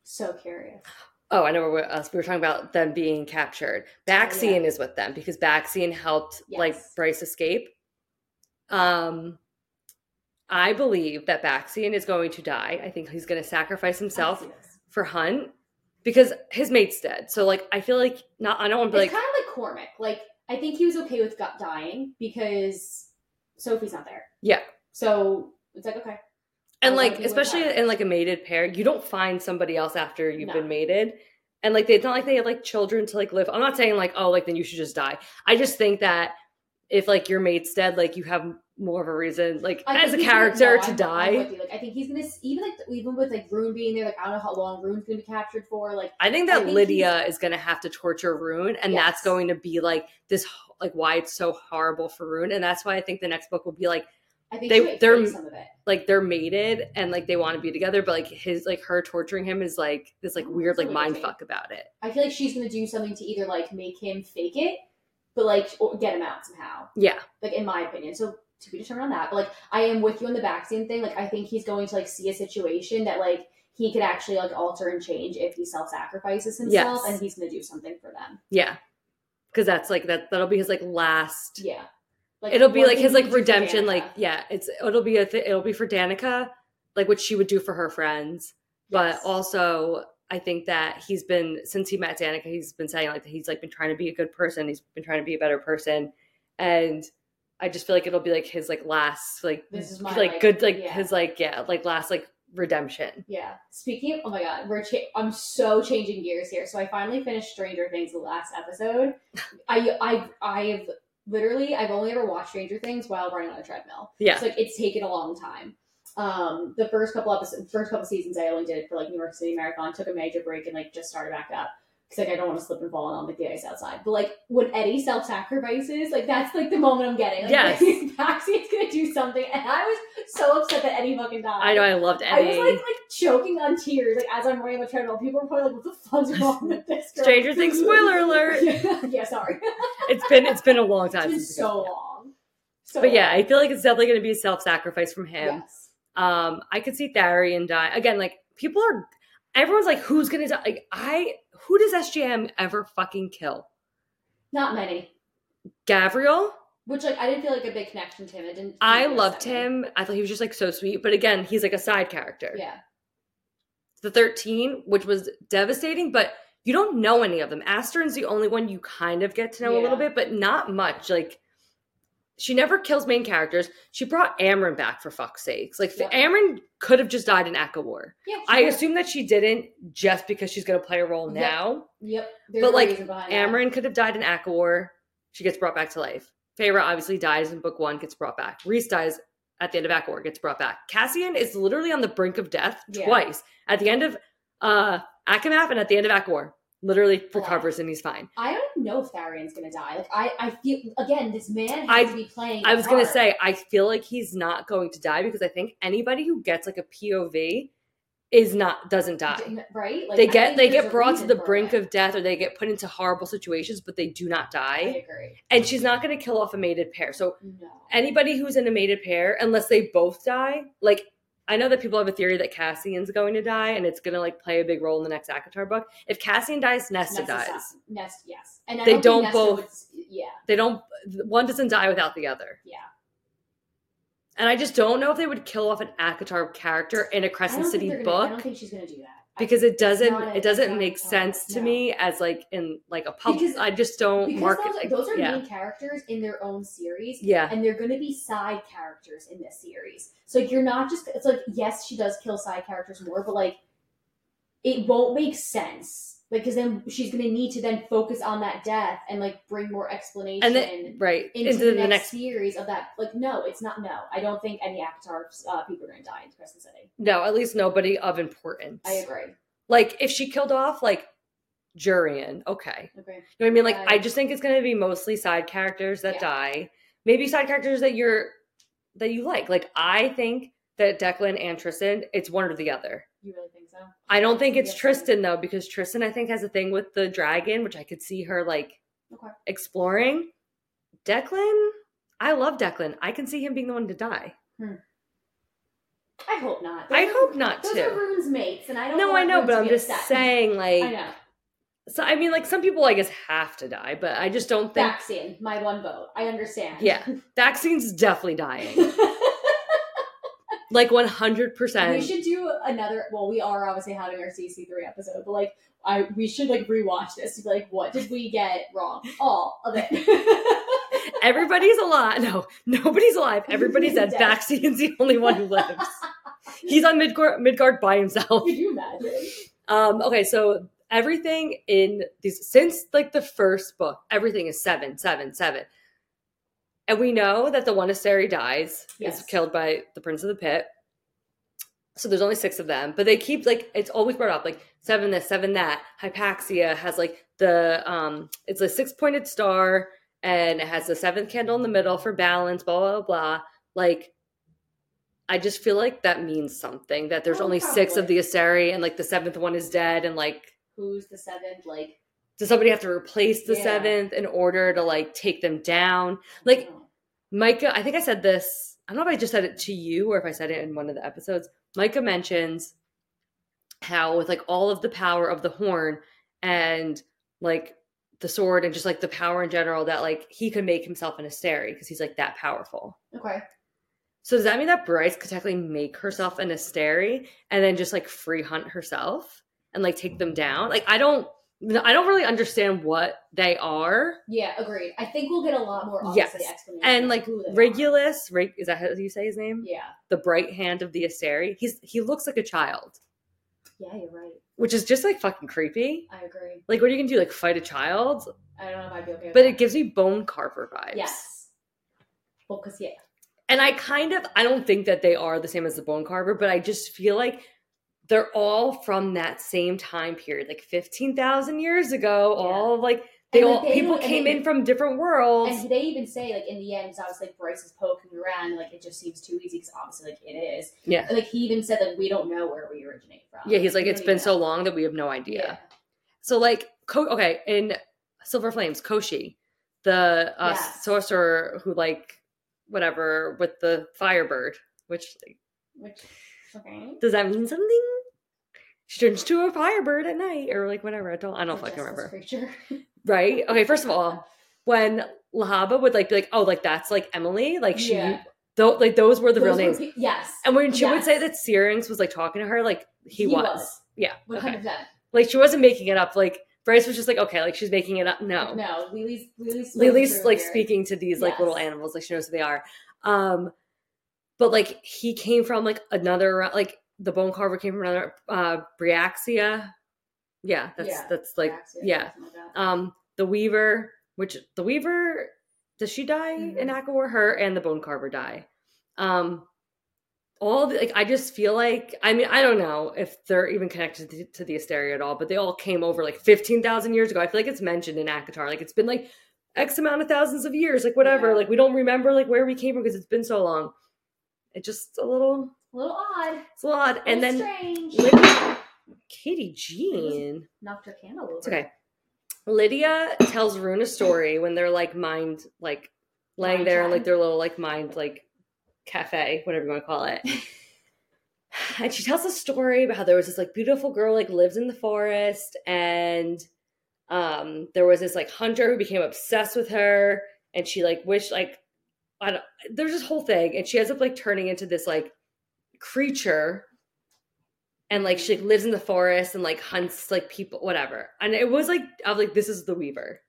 So curious. Oh, I know what else we were talking about them being captured. Baxian is with them because Baxian helped like Yes. Bryce escape. Um I believe that Baxian is going to die. I think he's going to sacrifice himself It's for Hunt because his mate's dead. So like I feel like not I don't want to be like kind of like Cormac. Like I think he was okay with gut dying because Sophie's not there. Yeah. So it's like okay. and I like thought he would especially die. in like a mated pair, you don't find somebody else after you've No. been mated. And like they, it's not like they had like children to like live. I'm not saying like oh like then you should just die. I just think that if like your mate's dead, like you have more of a reason, like I as a think he's gonna- no, character I'm- to I'm die. with you. Like, I think he's gonna s- even like even with like Rune being there. Like I don't know how long Rune's gonna be captured for. Like I think I that think Lydia is going to have to torture Rune, and that's Yes. going to be like this, h- like why it's so horrible for Rune, and that's why I think the next book will be like I think They- she might they're- fake some of it. like they're mated and like they want to be together, but like his like her torturing him is like this like weird like That's really mind great. fuck about it. I feel like she's gonna do something to either like make him fake it, but like or get him out somehow. Yeah, Like in my opinion, so to be determined on that. But like I am with you on the vaccine thing. Like I think he's going to like see a situation that like he could actually like alter and change if he self sacrifices himself, Yes. and he's gonna do something for them. yeah, because that's like that that'll be his like last. Yeah, like it'll be what like did his he like do for redemption. Danica? Like yeah, it's it'll be a th- it'll be for Danica, like what she would do for her friends, but Yes. also. I think that he's been since he met Danica, he's been saying like that he's like been trying to be a good person. He's been trying to be a better person, and I just feel like it'll be like his like last like This is my, like, like- good like yeah. his like yeah like last like redemption. Yeah. Speaking of, oh my god, we're cha- I'm so changing gears here. So I finally finished Stranger Things the last [LAUGHS] episode. I I I've literally I've only ever watched Stranger Things while running on a treadmill. Yeah, It's like it's taken a long time. Um, the first couple episodes, first couple seasons, I only did it for like New York City Marathon. Took a major break and like just started back up because like I don't want to slip and fall on like the ice outside. But like when Eddie self sacrifices, like that's like the moment I'm getting. Like, [LAUGHS] Yes. Maxine's gonna do something, and I was so upset that Eddie fucking died. I know. I loved I Eddie. was like [LAUGHS] like choking on tears like as I'm running the treadmill. People were probably like, "What the fuck's wrong with this?" Girl? Stranger Things [LAUGHS] spoiler alert. yeah, yeah, sorry. it's been it's been a long time. It's been since we got- so long. So But yeah, long. I feel like it's definitely going to be a self sacrifice from him. yes. Um, I could see Tharian die again. Like people are, everyone's like, who's going to die? Like I, who does SGM ever fucking kill? not many. Gabriel. Which like I didn't feel like a big connection to him. It didn't. I didn't loved upset me. him. I thought he was just like so sweet. But again, he's like a side character. Yeah, The thirteen, which was devastating, but. You don't know any of them. Astron's the only one you kind of get to know a little Yeah. bit, but not much. Like she never kills main characters. She brought Amryn back for fuck's sakes. Like Yeah. Amryn could have just died in Akawar. yeah. I sure. assume that she didn't just because she's going to play a role Yeah. now. Yep. There's but, a like, reason behind that. Amryn could have died in Akawar. She gets brought back to life. Feyre obviously dies in book one, gets brought back. Reese dies at the end of Akawar, gets brought back. Cassian is literally on the brink of death Yeah. twice at the end of uh, Akamath and at the end of Akawar. Literally recovers and he's fine. I don't know if Tharian's gonna die. Like I, I feel again. This man has I- to be playing. I was gonna hard. say I feel like he's not going to die because I think anybody who gets like a POV is not doesn't die. D- right? Like, they I get think they there's get a brought to reason the for brink it. of death or they get put into horrible situations, but they do not I die. agree. And she's not going to kill off a mated pair. So No. anybody who's in a mated pair, unless they both die, like I know that people have a theory that Cassian's going to die and it's going to like play a big role in the next Akatar book. If Cassian dies, Nesta Nesta's dies. not- Nest, yes. And I They don't, think don't Nesta both- would- yeah. They don't one doesn't die without the other. Yeah. And I just don't know if they would kill off an Akatar character in a I don't Crescent think City they're gonna- I don't book think she's gonna do that I- because it it's not doesn't a- it it's not doesn't a make plot, sense to no. me as like in like a public Because- I just don't because market those, like those are yeah. main characters in their own series, Yeah. and they're going to be side characters in this series. So you're not just. It's like yes, she does kill side characters more, but like it won't make sense. Like, because then she's going to need to then focus on that death and like bring more explanation And then right into, the, next, series of that. Like, no, it's not. No, I don't think any Avatar uh, people are going to die in Crescent City. no, at least nobody of importance. I agree. Like if she killed off like Jurian, okay. Okay. You know what I mean? Like Right. I just think it's gonna be mostly side characters that Yeah. die. Maybe side characters that you're that you like. Like I think that Declan and Tristan, it's one or the other. You really think so? I don't think it's Yes, I do. Tristan though, because Tristan I think has a thing with the dragon, which I could see her like Okay. exploring. Declan, I love Declan. I can see him being the one to die. I hope not. I Those are- hope not Those are to. Rune's mates, and I don't. No, want I know, Rune but to I'm be just upset. saying, [LAUGHS] I like, know. so I mean, like, some people I guess have to die, but I just don't think Vaccine, my one vote. I understand. [LAUGHS] Yeah, Vaccine's definitely dying, like 100. we percent should do another. Well, we are obviously having our CC three episode, but like, I we should like rewatch this to be like, what did we get wrong? All of it. [LAUGHS] Everybody's alive. No, nobody's alive. Everybody's dead. Dead. Vaccine's the only one who lives. He's on Midgard, Midgard by himself. Could you imagine? Um, okay, so everything in these since like the first book, everything is seven, seven, seven. And we know that the one Asteri dies Yes. is killed by the Prince of the Pit. So there's only six of them, but they keep like it's always brought up like seven this, seven that. Hypaxia has like the um, it's a six pointed star and it has the seventh candle in the middle for balance. Blah blah blah. Like, I just feel like that means something that there's Oh, only six of probably. the Asteri and like the seventh one is dead and like Who's the seventh? Like, does somebody have to replace the Yeah. seventh in order to like take them down? Like Micah, I think I said this. I don't know if I just said it to you or if I said it in one of the episodes. Micah mentions how with like all of the power of the horn and like the sword and just like the power in general that like he could make himself an Asteri because he's like that powerful. okay, So does that mean that Bryce could technically make herself an Asteri and then just like free hunt herself and like take them down? Like I don't I don't really understand what they are. yeah, agreed. I think we'll get a lot more Yes. obviously explanation And of like who they are. Regulus, Reg- is that how you say his name? Yeah, the bright hand of the Asteri. He's he looks like a child, yeah, you're right. which is just like fucking creepy. I agree. Like, what are you gonna do? Like, fight a child? I don't know if I'd be okay. With But that. it gives me bone carver vibes. yes. Well, because yeah, And I kind of I don't think that they are the same as the bone carver, but I just feel like they're all from that same time period, like fifteen thousand years ago. Yeah. All like they And, like, all they people don't- and came they- in from different worlds. and they even say like in the end, 'cause I was like Bryce is poking around, like it just seems too easy because obviously like it is. Yeah. And, like he even said like we don't know where we originate from. yeah, he's like, We it's don't been even so know." long that we have no [LAUGHS] idea. Yeah. So like, Ko- okay, in Silver Flames, Koshi, the uh, Yes. sorcerer who like whatever with the Firebird, which like, Which okay. does that mean something? She turns to a Firebird at night, or like whatever. I don't, I don't Like, fucking just this remember. Creature. Right? Okay. First of all, when Lahaba would like be like, oh, like that's like Emily, like she, Yeah. though, like those were [LAUGHS] the real [LAUGHS] Those were names. pe- yes. and when she would yes. say that Syrinx was like talking to her, like he, He was. was. yeah, One okay. hundred percent. Like she wasn't making it up. Like Bryce was just like, okay, like she's making it up. No, No, Lily's Lily's so Lily's true like here. speaking to these like little Yes. animals, like she knows who they are. Um, but like he came from like another like the bone carver came from another uh Briaxia. Yeah, that's Yeah, that's like Axe or yeah. something like that. Um the Weaver, which the Weaver does she die Mm-hmm. in Akawar? Her and the bone carver die. Um all the, like I just feel like I mean I don't know if they're even connected to, to the Asteria at all, but they all came over like fifteen thousand years ago. I feel like it's mentioned in Akatar. Like it's been like X amount of thousands of years, like whatever. Yeah. Like we don't remember like where we came from because it's been so long. It's just a little, A little odd. it's a lot. And a little then strange. Lydia- Katie Jean. knocked her candle over. It's okay. Lydia tells Rune a story when they're like mind, like laying Mind there in time. like their little like mind, like cafe, whatever you want to call it. and she tells a story about how there was this like beautiful girl like lived in the forest and um there was this like hunter who became obsessed with her and she like wished like I don't, there's this whole thing and she ends up like turning into this like creature and like she like, lives in the forest and like hunts like people whatever and it was like i was like this is the weaver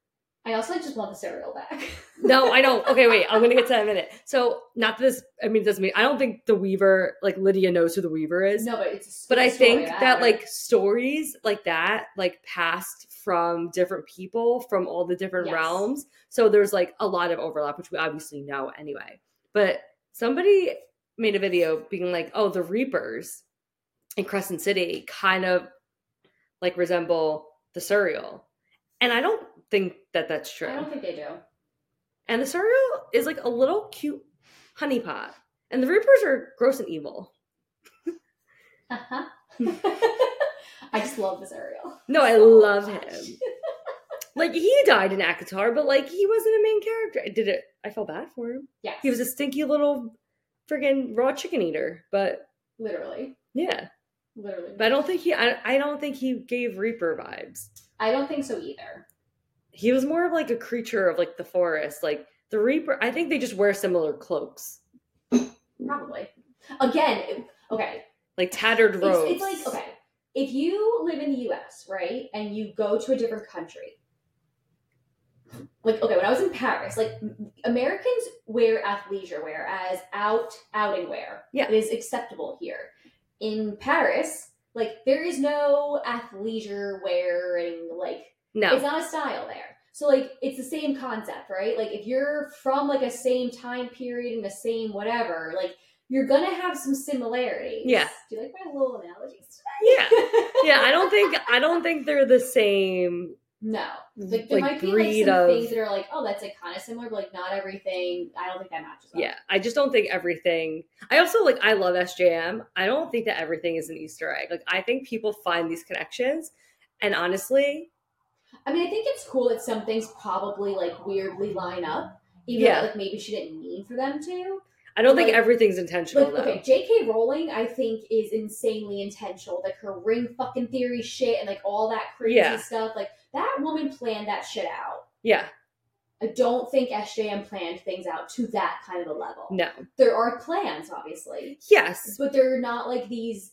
I also just want the cereal back. no i don't okay wait i'm gonna get to that in a minute so not that this i mean it doesn't mean i don't think the weaver like lydia knows who the weaver is No, but it's. A, s- but i it's a story think about that her. like stories like that like passed from different people from all the different Yes. realms so there's like a lot of overlap which we obviously know anyway but somebody made a video being like oh the reapers in crescent city kind of like resemble the surreal and i don't think that that's true I don't think they do. and the cereal is like a little cute honey pot. And the Reapers are gross and evil. Uh-huh. [LAUGHS] I just love this Ariel. No, I So love him. much. Like he died in Akatar, but like he wasn't a main character. I did it. I felt bad for him. Yes. He was a stinky little friggin' raw chicken eater. But literally, yeah, literally. but I don't think he. I, I don't think he gave Reaper vibes. I don't think so either. He was more of like a creature of like the forest. Like the Reaper. I think they just wear similar cloaks, Probably. Again, it- okay. like tattered It's, robes. it's like okay. If you live in the U.S. right, and you go to a different country, like okay, when I was in Paris, like m- Americans wear athleisure wear as out outing wear. Yeah. it is acceptable here. In Paris, like there is no athleisure wearing like No, It's not a style there. So like it's the same concept, right? Like if you're from like a same time period and the same whatever, like you're gonna have some similarities. Yeah. Do you like my little analogies? [LAUGHS] Yeah. Yeah, I don't think I don't think they're the same. no. Like there Like, might be like breed some of- things that are like, oh, that's like kind of similar, but like not everything. I don't think that matches. up. Yeah, I just don't think everything. I also like I love SJM. I don't think that everything is an Easter egg. Like I think people find these connections, and honestly, I mean, I think it's cool that some things probably like weirdly line up, even Yeah. though like maybe she didn't mean for them to. I don't think Like- everything's intentional Like, though. okay, J.K. Rowling, I think is insanely intentional. Like her ring fucking theory shit and like all that crazy Yeah. stuff. Like that woman planned that shit out. Yeah, I don't think SJM planned things out to that kind of a level. no, There are plans, obviously, yes, but they're not like these.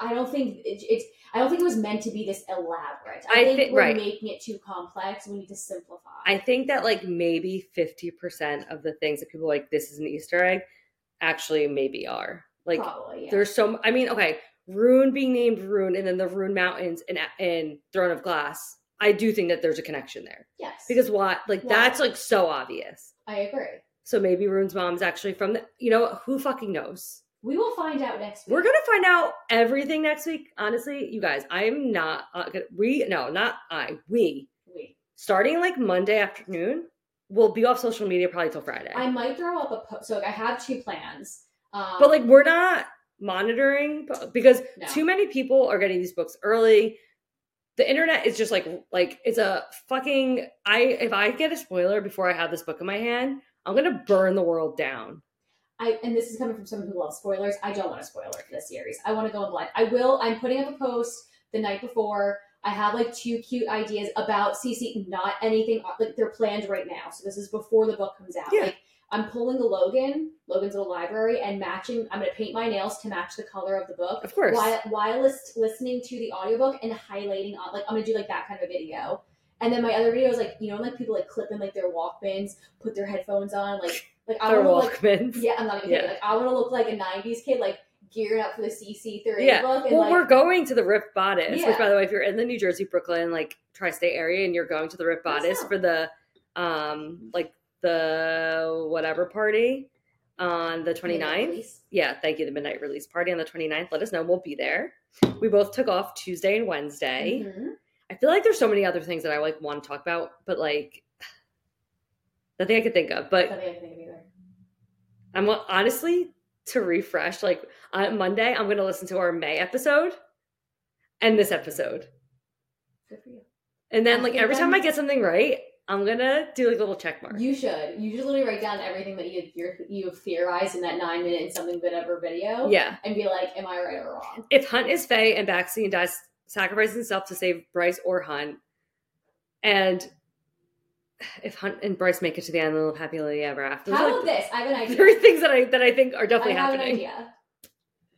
I don't think it- it's. I don't think it was meant to be this elaborate. I, I think thi- we're right. making it too complex. We need to simplify. I think that like maybe 50% of the things that people are like, this is an Easter egg, actually maybe are. Like, probably yeah. there's so, m- I mean, okay, Rune being named Rune and then the Rune Mountains and, and Throne of Glass, I do think that there's a connection there. yes Because why? Like, Why? that's like so obvious. I agree. So maybe Rune's mom's actually from the, you know, what? who fucking knows? We will find out next week. We're gonna find out everything next week. Honestly, you guys, I'm not, uh, gonna- we, no, not I, we, We- starting like Monday afternoon, we'll be off social media probably till Friday. I might throw up a post. So like, I have two plans. Um, but like we're not monitoring p- because No. too many people are getting these books early the internet is just like like it's a fucking i if i get a spoiler before i have this book in my hand i'm gonna burn the world down I and this is coming from someone who loves spoilers. I don't want a spoiler for this series. I want to go in blind. I will. I'm putting up a post the night before. I have like two cute ideas about CC. Not anything uh, like they're planned right now. So this is before the book comes out. Yeah. Like I'm pulling a Logan, Logan's old library, and matching. I'm going to paint my nails to match the color of the book. of course while, while lis- listening to the audiobook and highlighting on like i'm gonna do like that kind of a video and then my other video is like you know like people like clipping like their walkmans put their headphones on like like i they're want to look walkmans yeah i'm not even Yeah. kidding. like i want to look like a 90s kid like gearing up for the cc3 Yeah. book and well like we're going to the rift bodice which Yeah. by the way if you're in the new jersey brooklyn like tri-state area and you're going to the rift Let us bodice know. for the um like the whatever party on the 29th release. yeah, thank you. The midnight release party on the 29th. Let us know. We'll be there. We both took off Tuesday and Wednesday. Mhm. I feel like there's so many other things that I like want to talk about, but like [SIGHS] nothing I could think of. But Something I can think of either. I'm honestly to refresh, like on Monday, I'm gonna listen to our May episode and this episode. Good for you. And I then like think every time I'm- I get something right, I'm gonna do like a little check mark. You should. You should literally write down everything that you you're- you theorized in that nine minute and something bit of video, yeah. and be like, "Am I right or wrong?" If Hunt is Faye and Baxine dies sacrificing himself to save Bryce or Hunt, and if Hunt and Bryce make it to the end, they'll live happily ever after. There's How about like this? I have an [LAUGHS] idea. three things that I that I think are I definitely have an happening. idea.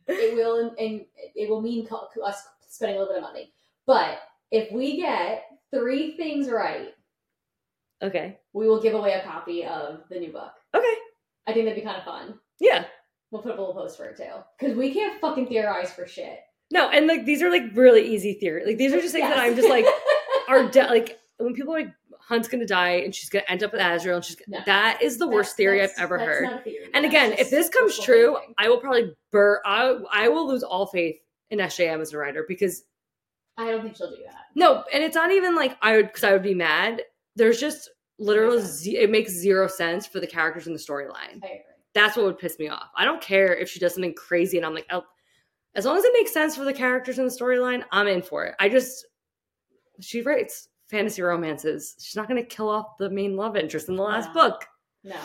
It will, and it will mean co- us spending a little bit of money. But if we get three things right, Okay. we will give away a copy of the new book. Okay. I think that'd be kind of fun. Yeah. We'll put up a little post for it too, because we can't fucking theorize for shit. No, and like these are like really easy theory. Like these are just things that I'm just like are de- like when people are like Hunt's gonna die and she's gonna end up with Azrael and she's No. that is the [LAUGHS] worst theory I've That's- ever that's heard. not a theory. And That's again, if just this comes wishful true, thinking. I will probably bur I I will lose all faith in SJM as a writer because I don't think she'll do that. no, and it's not even like I would because I would be mad. There's just literal Makes sense. ze- it makes zero sense for the characters in the storyline. I agree. That's what would piss me off. I don't care if she does something crazy and I'm like, oh, as long as it makes sense for the characters in the storyline, I'm in for it. I just she writes fantasy romances. She's not going to kill off the main love interest in the last No. book. No.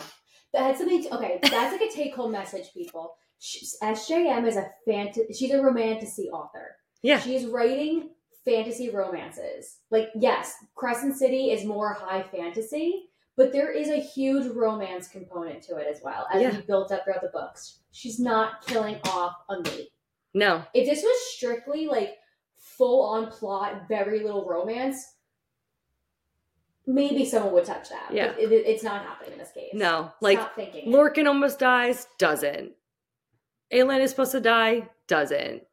That had something to, okay, that's like a take home message, people. Sh SJM is a fantasy, she's a romanticy author. Yeah. She's writing fantasy romances. Like, yes, Crescent City is more high fantasy, but there is a huge romance component to it as well, as Yeah. we built up throughout the books. She's not killing off a mate. No. If this was strictly like full on plot, very little romance, maybe someone would touch that. Yeah. But it- it's not happening in this case. No. Like Stop thinking. it. Lorcan almost dies, doesn't. Aelin is supposed to die, doesn't.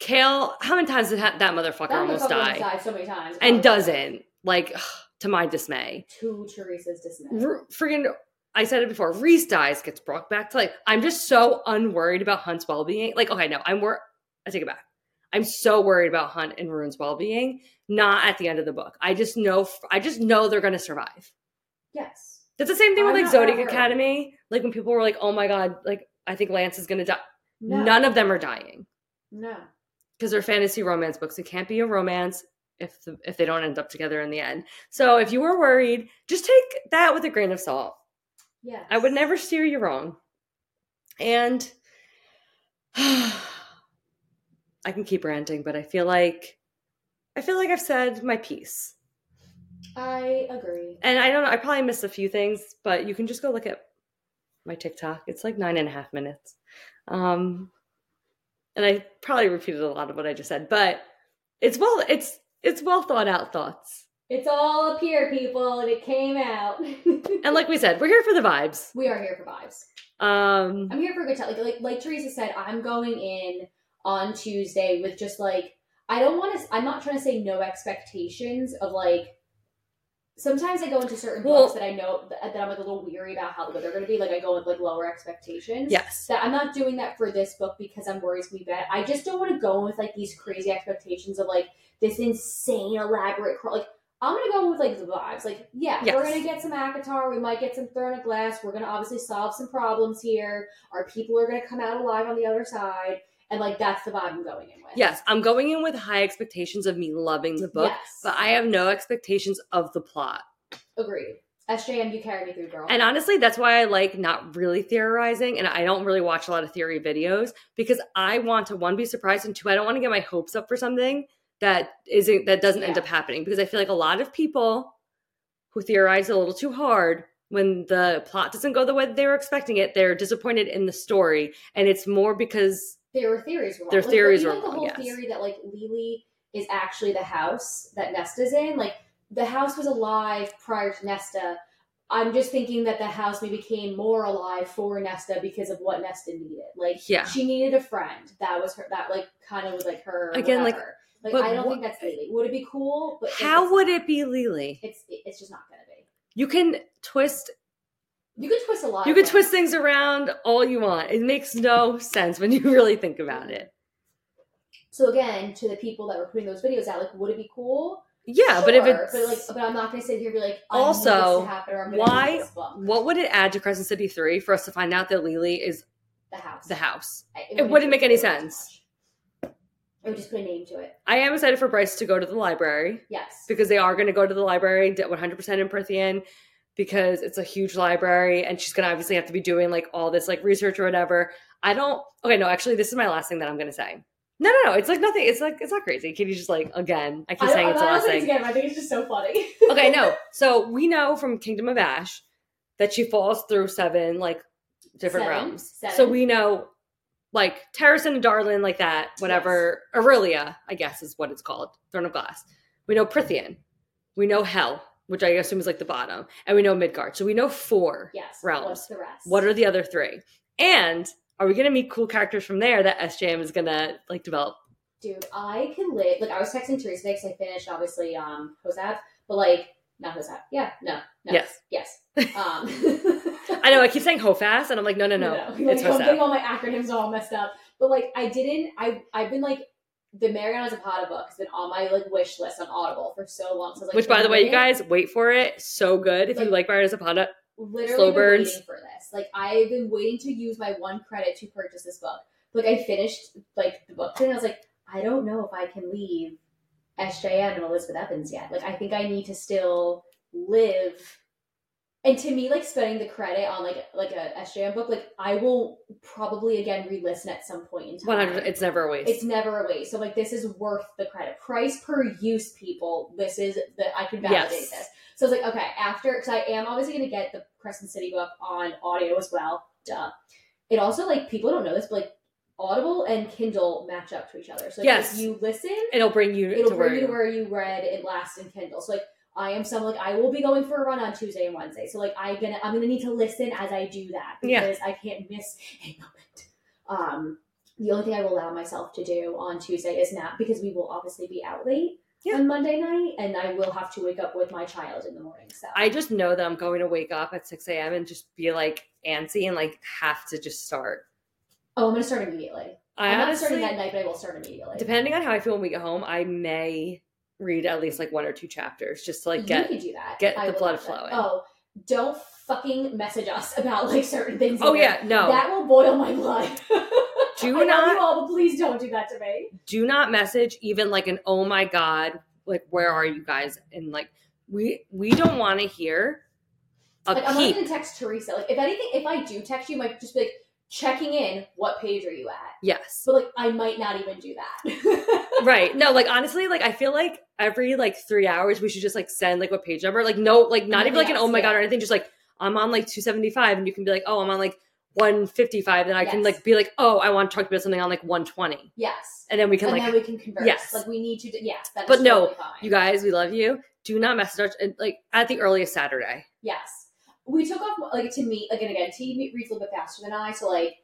Kale, how many times did ha- that motherfucker That almost motherfucker die? almost died so many times And doesn't. Like, ugh, to my dismay. to Teresa's dismay. R- friggin' I said it before, Reese dies, gets brought back to life. I'm just so unworried about Hunt's well being. Like, okay, no, I'm wor I take it back. I'm so worried about Hunt and Rune's well being, not at the end of the book. I just know I just know they're gonna survive. Yes. That's the same thing with I'm like not that Zodiac worried. Academy. Like when people were like, oh my god, like I think Lance is gonna die. None of them are dying. No. because they're fantasy romance books. It can't be a romance if the, if they don't end up together in the end. So if you were worried, just take that with a grain of salt. Yeah. I would never steer you wrong. And [SIGHS] I can keep ranting, but I feel like I feel like I've said my piece. I agree. And I don't know, I probably missed a few things, but you can just go look at my TikTok. It's like nine and a half minutes. Um, and I probably repeated a lot of what I just said, but it's well, it's it's well thought out thoughts. It's all up here, people, and it came out. [LAUGHS] And like we said, we're here for the vibes. we are here for vibes. Um, I'm here for a good time. Like, like like Teresa said, I'm going in on Tuesday with just like I don't want to. I'm not trying to say no expectations of like. Sometimes I go into certain Well- books that I know that, that I'm like a little weary about how good they're going to be. Like I go with like lower expectations. yes, That I'm not doing that for this book because I'm worried we bet. I just don't want to go in with like these crazy expectations of like this insane elaborate cro- like. I'm gonna go with like the vibes. Like, yeah, Yes. we're gonna get some Akatar. We might get some thrown at glass. We're gonna obviously solve some problems here. Our people are gonna come out alive on the other side, and like that's the vibe I'm going in with. yes, I'm going in with high expectations of me loving the book, Yes. but I have no expectations of the plot. Agreed. SJM, you carry me through, girl. And honestly, that's why I like not really theorizing and I don't really watch a lot of theory videos because I want to one be surprised and two I don't want to get my hopes up for something that isn't that doesn't end Yeah. up happening because I feel like a lot of people who theorize a little too hard when the plot doesn't go the way that they were expecting it, they're disappointed in the story and it's more because their theories were wrong. Their Like, theories even were the wrong, whole yes. theory that like Lily is actually the house that Nesta's in. Like the house was alive prior to Nesta. I'm just thinking that the house maybe became more alive for Nesta because of what Nesta needed. Like Yeah. she needed a friend. That was her. That like kind of was like her Again, like- whatever. like but I don't wha- think that's Lily. Would it be cool? But like, how it's would not. it be Lily? It's it's just not gonna be. You can twist You could twist a lot. you of can things. twist things around all you want. It makes no sense when you [LAUGHS] really think about it. So again, to the people that were putting those videos out, like, would it be cool? Yeah, but if Sure, it's but like, but I'm not gonna sit here and be like, I need Also, this to happen, or I'm gonna why- hate this book. What would it add to Crescent City 3 for us to find out that Lily is the house. the house? I- It wouldn't make any too much. sense. I would just put a name to it. I am excited for Bryce to go to the library Yes. because they are going to go to the library 100% in Prithian because it's a huge library and she's going to obviously have to be doing like all this like research or whatever. I don't, okay, no, actually, this is my last thing that I'm going to say. No, no, no. It's like nothing. It's like, it's not crazy. Katie's just like, again, I keep I don't- saying I'm it's the not last saying thing. it's again, I think it's just so funny. okay, no. So we know from Kingdom of Ash that she falls through seven like [LAUGHS] different Seven, realms. seven. So we know like Terrace and Darlin, like that, whatever. Aurelia, I guess, is what it's called. Throne of Glass. We know Prithian. We know Hell, which I assume is like the bottom, and we know Midgard. So we know four. yes. Realms. What's the rest? What are the other three? And are we gonna meet cool characters from there that SJM is gonna like develop? Dude, I can live. Like, I was texting Teresa because I finished, obviously, um, Hosab, but like, not Hosab. Yeah, no, no. Yes. [LAUGHS] Yes. Um, [LAUGHS] I know I keep saying Hofast, and I'm like, no, no, no, it's [LAUGHS] Like, I'm Hosab. getting all my acronyms all messed up. But like I didn't I I've been like the Mariana Zapata book has been on my like wish list on Audible for so long. So I was, like, Which, by the way, you literally- guys, wait for it. So good. If you like Like- Mario Zapata, literally slow been burns. waiting for this. Like I've been waiting to use my one credit to purchase this book. Like I finished like the book and I was like, I don't know if I can leave SJM and Elizabeth Evans yet. Like I think I need to still live and to me, like spending the credit on like like a SJM book, like I will probably again re-listen at some point in time. 100, it's never a waste. It's never a waste. So like this is worth the credit. Price per use, people. This is that I can validate Yes. this. So I was like, okay, after because I am obviously gonna get the Crescent City book on audio as well. Duh. It also like people don't know this, but like Audible and Kindle match up to each other. So like, Yes. if you listen, It'll bring you it'll to bring where you to where you read it last in Kindle. So like I am someone like I will be going for a run on Tuesday and Wednesday. So like I gonna I'm gonna need to listen as I do that Yeah. because I can't miss a moment. Um the only thing I will allow myself to do on Tuesday is nap because we will obviously be out late. Yeah. on Monday night, and I will have to wake up with my child in the morning. So I just know that I'm going to wake up at 6 a.m. and just be like antsy and like have to just start. oh, I'm gonna start immediately. I I'm not honestly, starting that night, but I will start immediately. depending on how I feel when we get home, I may read at least like one or two chapters just to like you get. can do that. get the will blood not do that. flowing. Oh, don't fucking message us [LAUGHS] about like certain things. Oh either. yeah, no. that will boil my blood. Do [LAUGHS] I love not- you all, but please don't do that to me. do not message even like an oh my god like where are you guys and like we we don't want to hear a like I'm not peep gonna text Teresa. Like if anything, if I do text you, I might just be like checking in. What page are you at? yes So like I might not even do that. [LAUGHS] right no like honestly like i feel like every like three hours we should just like send like what page number like no like not even like an Yes, oh my god yeah. or anything just like i'm on like 275 and you can be like oh i'm on like 155 then i can Yes. like be like oh i want to talk about something on like 120 yes. and then we can and like then we can converse. yes. Like we need to. Do, yes. That's But no, totally fine. you guys we love you do not message us and, like at the earliest saturday Yes. We took off like to meet like and again T reads a little bit faster than I, so like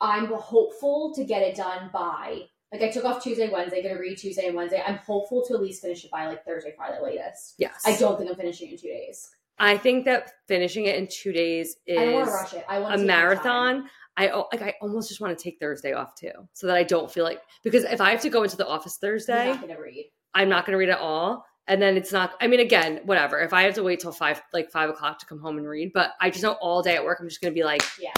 I'm hopeful to get it done by like I took off Tuesday, Wednesday, gonna read Tuesday and Wednesday. I'm hopeful to at least finish it by like Thursday, Friday latest. yes I don't think I'm finishing in two days. I think that finishing it in two days I don't want is to rush it. I want a marathon. I al- like. I almost just want to take Thursday off too, so that I don't feel like because if I have to go into the office Thursday. Thursday, I'm not gonna read. I'm not going to read at all, and then it's not. I mean, again, whatever. If I have to wait till five, like five o'clock to come home and read, but I just know all day at work, I'm just going to be like, Yeah.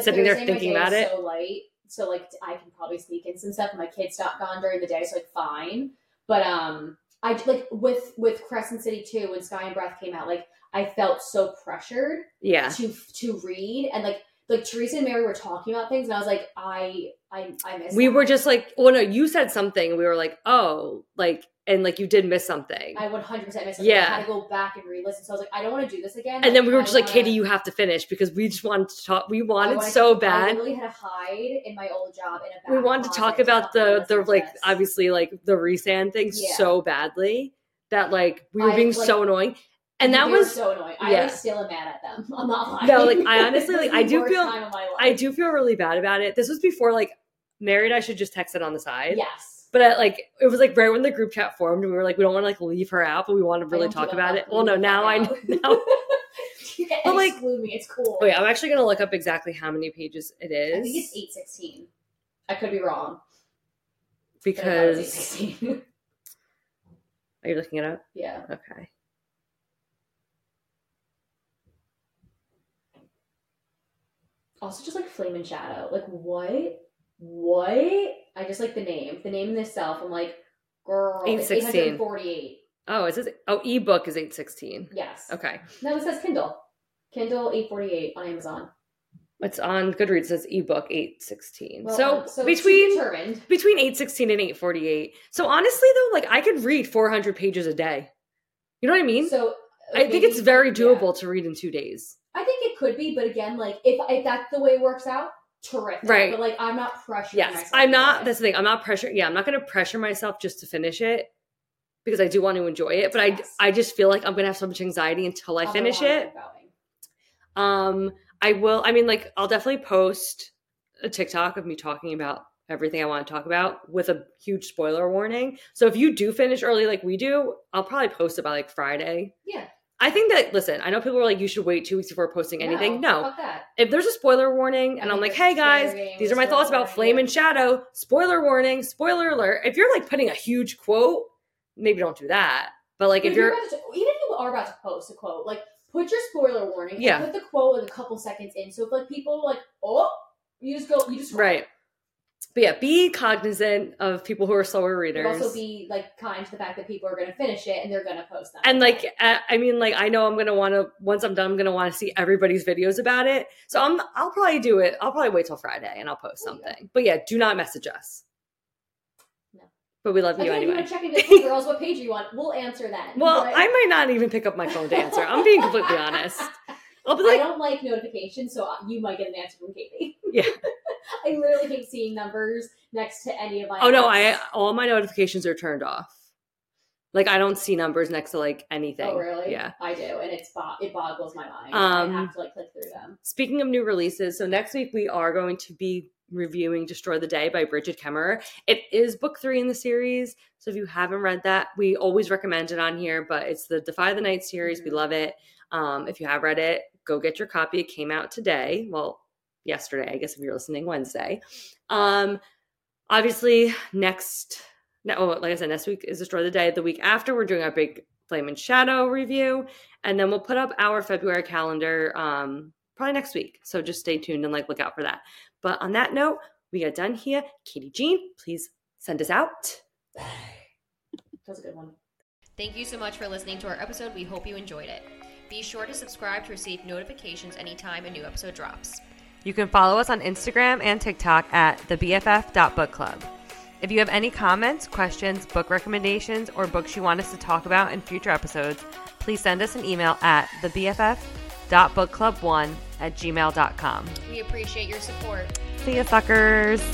Sitting there Thursday, my thinking day about is it. So light, so like I can probably sneak in some stuff. My kids not gone during the day, so like fine. But um, I like with with Crescent City too when Sky and Breath came out, like I felt so pressured yeah, to to read and like like Teresa and Mary were talking about things, and I was like, I I I missed. we that. were just like, well, no, you said something, and we were like, oh, like, and like you did miss something, I 100 percent missed. it. Yeah. I had to go back and re-listen. So I was like, I don't want to do this again. and then we were I just like, wanna- Katie, you have to finish because we just wanted to talk. We Oh, I wanted wanted so to- bad. I literally had to hide in my old job. In a we back wanted to closet talk about fucking the listen the to like this. obviously like the resand thing Yeah. so badly that like we were I, being like- so annoying and that They were was so annoying. I yeah. like, still am mad at them. I'm not lying. No, like, I honestly, [LAUGHS] This like, is I the do worst feel- Time of my life. i do feel really bad about it this was before like married i should just text it on the side Yes. but I, like it was like right when the group chat formed and we were like we don't want to like leave her out but we want to really I don't talk give a about fuck. it Leave well no the now i fuck know out. now [LAUGHS] [LAUGHS] you can But, like- exclude me. It's cool. wait i'm actually gonna look up exactly how many pages it I is think it's eight sixteen. I could be wrong. but I thought it was because 816. are you looking it up [LAUGHS] yeah. okay Also, just like flame and shadow. Like what? What? I just like the name. The name in itself. I'm like, girl. Eight 816. sixteen. Forty-eight. oh it says oh ebook is 816 Yes. okay No, it says Kindle. Kindle eight forty-eight on Amazon. It's on Goodreads. It says ebook eight sixteen. Well, so, um, so to be between determined. between eight sixteen and eight forty eight. So honestly though, like I could read four hundred pages a day. You know what I mean? So I think it's maybe- very yeah. doable to read in two days. I think it could be, but again, like if, if that's the way it works out, terrific. Right. But like I'm not pressuring Yes, myself. I'm to do not. it. That's the thing. I'm not pressure. Yeah, I'm not going to pressure myself just to finish it because I do want to enjoy it. But I Yes. Oh, I just feel like I'm going to have so much anxiety until I I'll finish know how it. I'm going. Um, I will. I mean, like, I'll definitely post a TikTok of me talking about everything I want to talk about with a huge spoiler warning. So if you do finish early, like we do, I'll probably post it by like Friday. Yeah. I think that listen, I know people were like, you should wait two weeks before posting anything. No, Fuck that. if there's a spoiler warning, I and I'm like, think there's hey guys, clarity and these are my spoiler thoughts about warning, flame yeah. and shadow. Spoiler warning, spoiler alert. If you're like putting a huge quote, maybe don't do that. But like, But if you're about to, even if you are about to post a quote, like put your spoiler warning. and Yeah. Put the quote like a couple seconds in, so if like people are like, oh, you just go, you just Right. But yeah, be cognizant of people who are slower But readers. also be like kind to the fact that people are going to finish it and they're going to post that. and like, I I mean, like, I know I'm gonna want to. Once I'm done, I'm gonna want to see everybody's videos about it. So I'm, I'll probably do it. I'll probably wait till Friday and I'll post There you go. something. But yeah, do not message us. No. But we love Like, you if you anyway. want to check in, like, hey, girls, what page do you want? We'll answer that. Well, But- I might not even pick up my phone to answer. I'm being completely honest. I'll be [LAUGHS] I like, don't like notifications, so you might get an answer from Katie. Yeah. [LAUGHS] I literally hate seeing numbers next to any of my. oh no, I apps. all my notifications are turned off. Like I don't see numbers next to like anything. Oh really? Yeah. I do, and it's bo- it boggles my mind. Um, I have to like click through them. Speaking of new releases, so next week we are going to be reviewing Destroy the Day by Bridget Kemmerer. It is book three in the series. So if you haven't read that, we always recommend it on here, but it's the Defy the Night series. We love it. Um, if you have read it, go get your copy. It came out today. Well, yesterday, I guess, if you're listening Wednesday. Um, obviously, next, no, like I said, next week is Destroy the Day. The week after, we're doing our big Flame and Shadow review, and then we'll put up our February calendar um, probably next week. So just stay tuned and like look out for that. But on that note, we are done here. Katie Jean, please send us out. That's a good one. Thank you so much for listening to our episode. We hope you enjoyed it. Be sure to subscribe to receive notifications anytime a new episode drops. You can follow us on Instagram and TikTok at thebff.bookclub. If you have any comments, questions, book recommendations, or books you want us to talk about in future episodes, please send us an email at thebff.bookclub1 at gmail.com. We appreciate your support. See ya, suckers!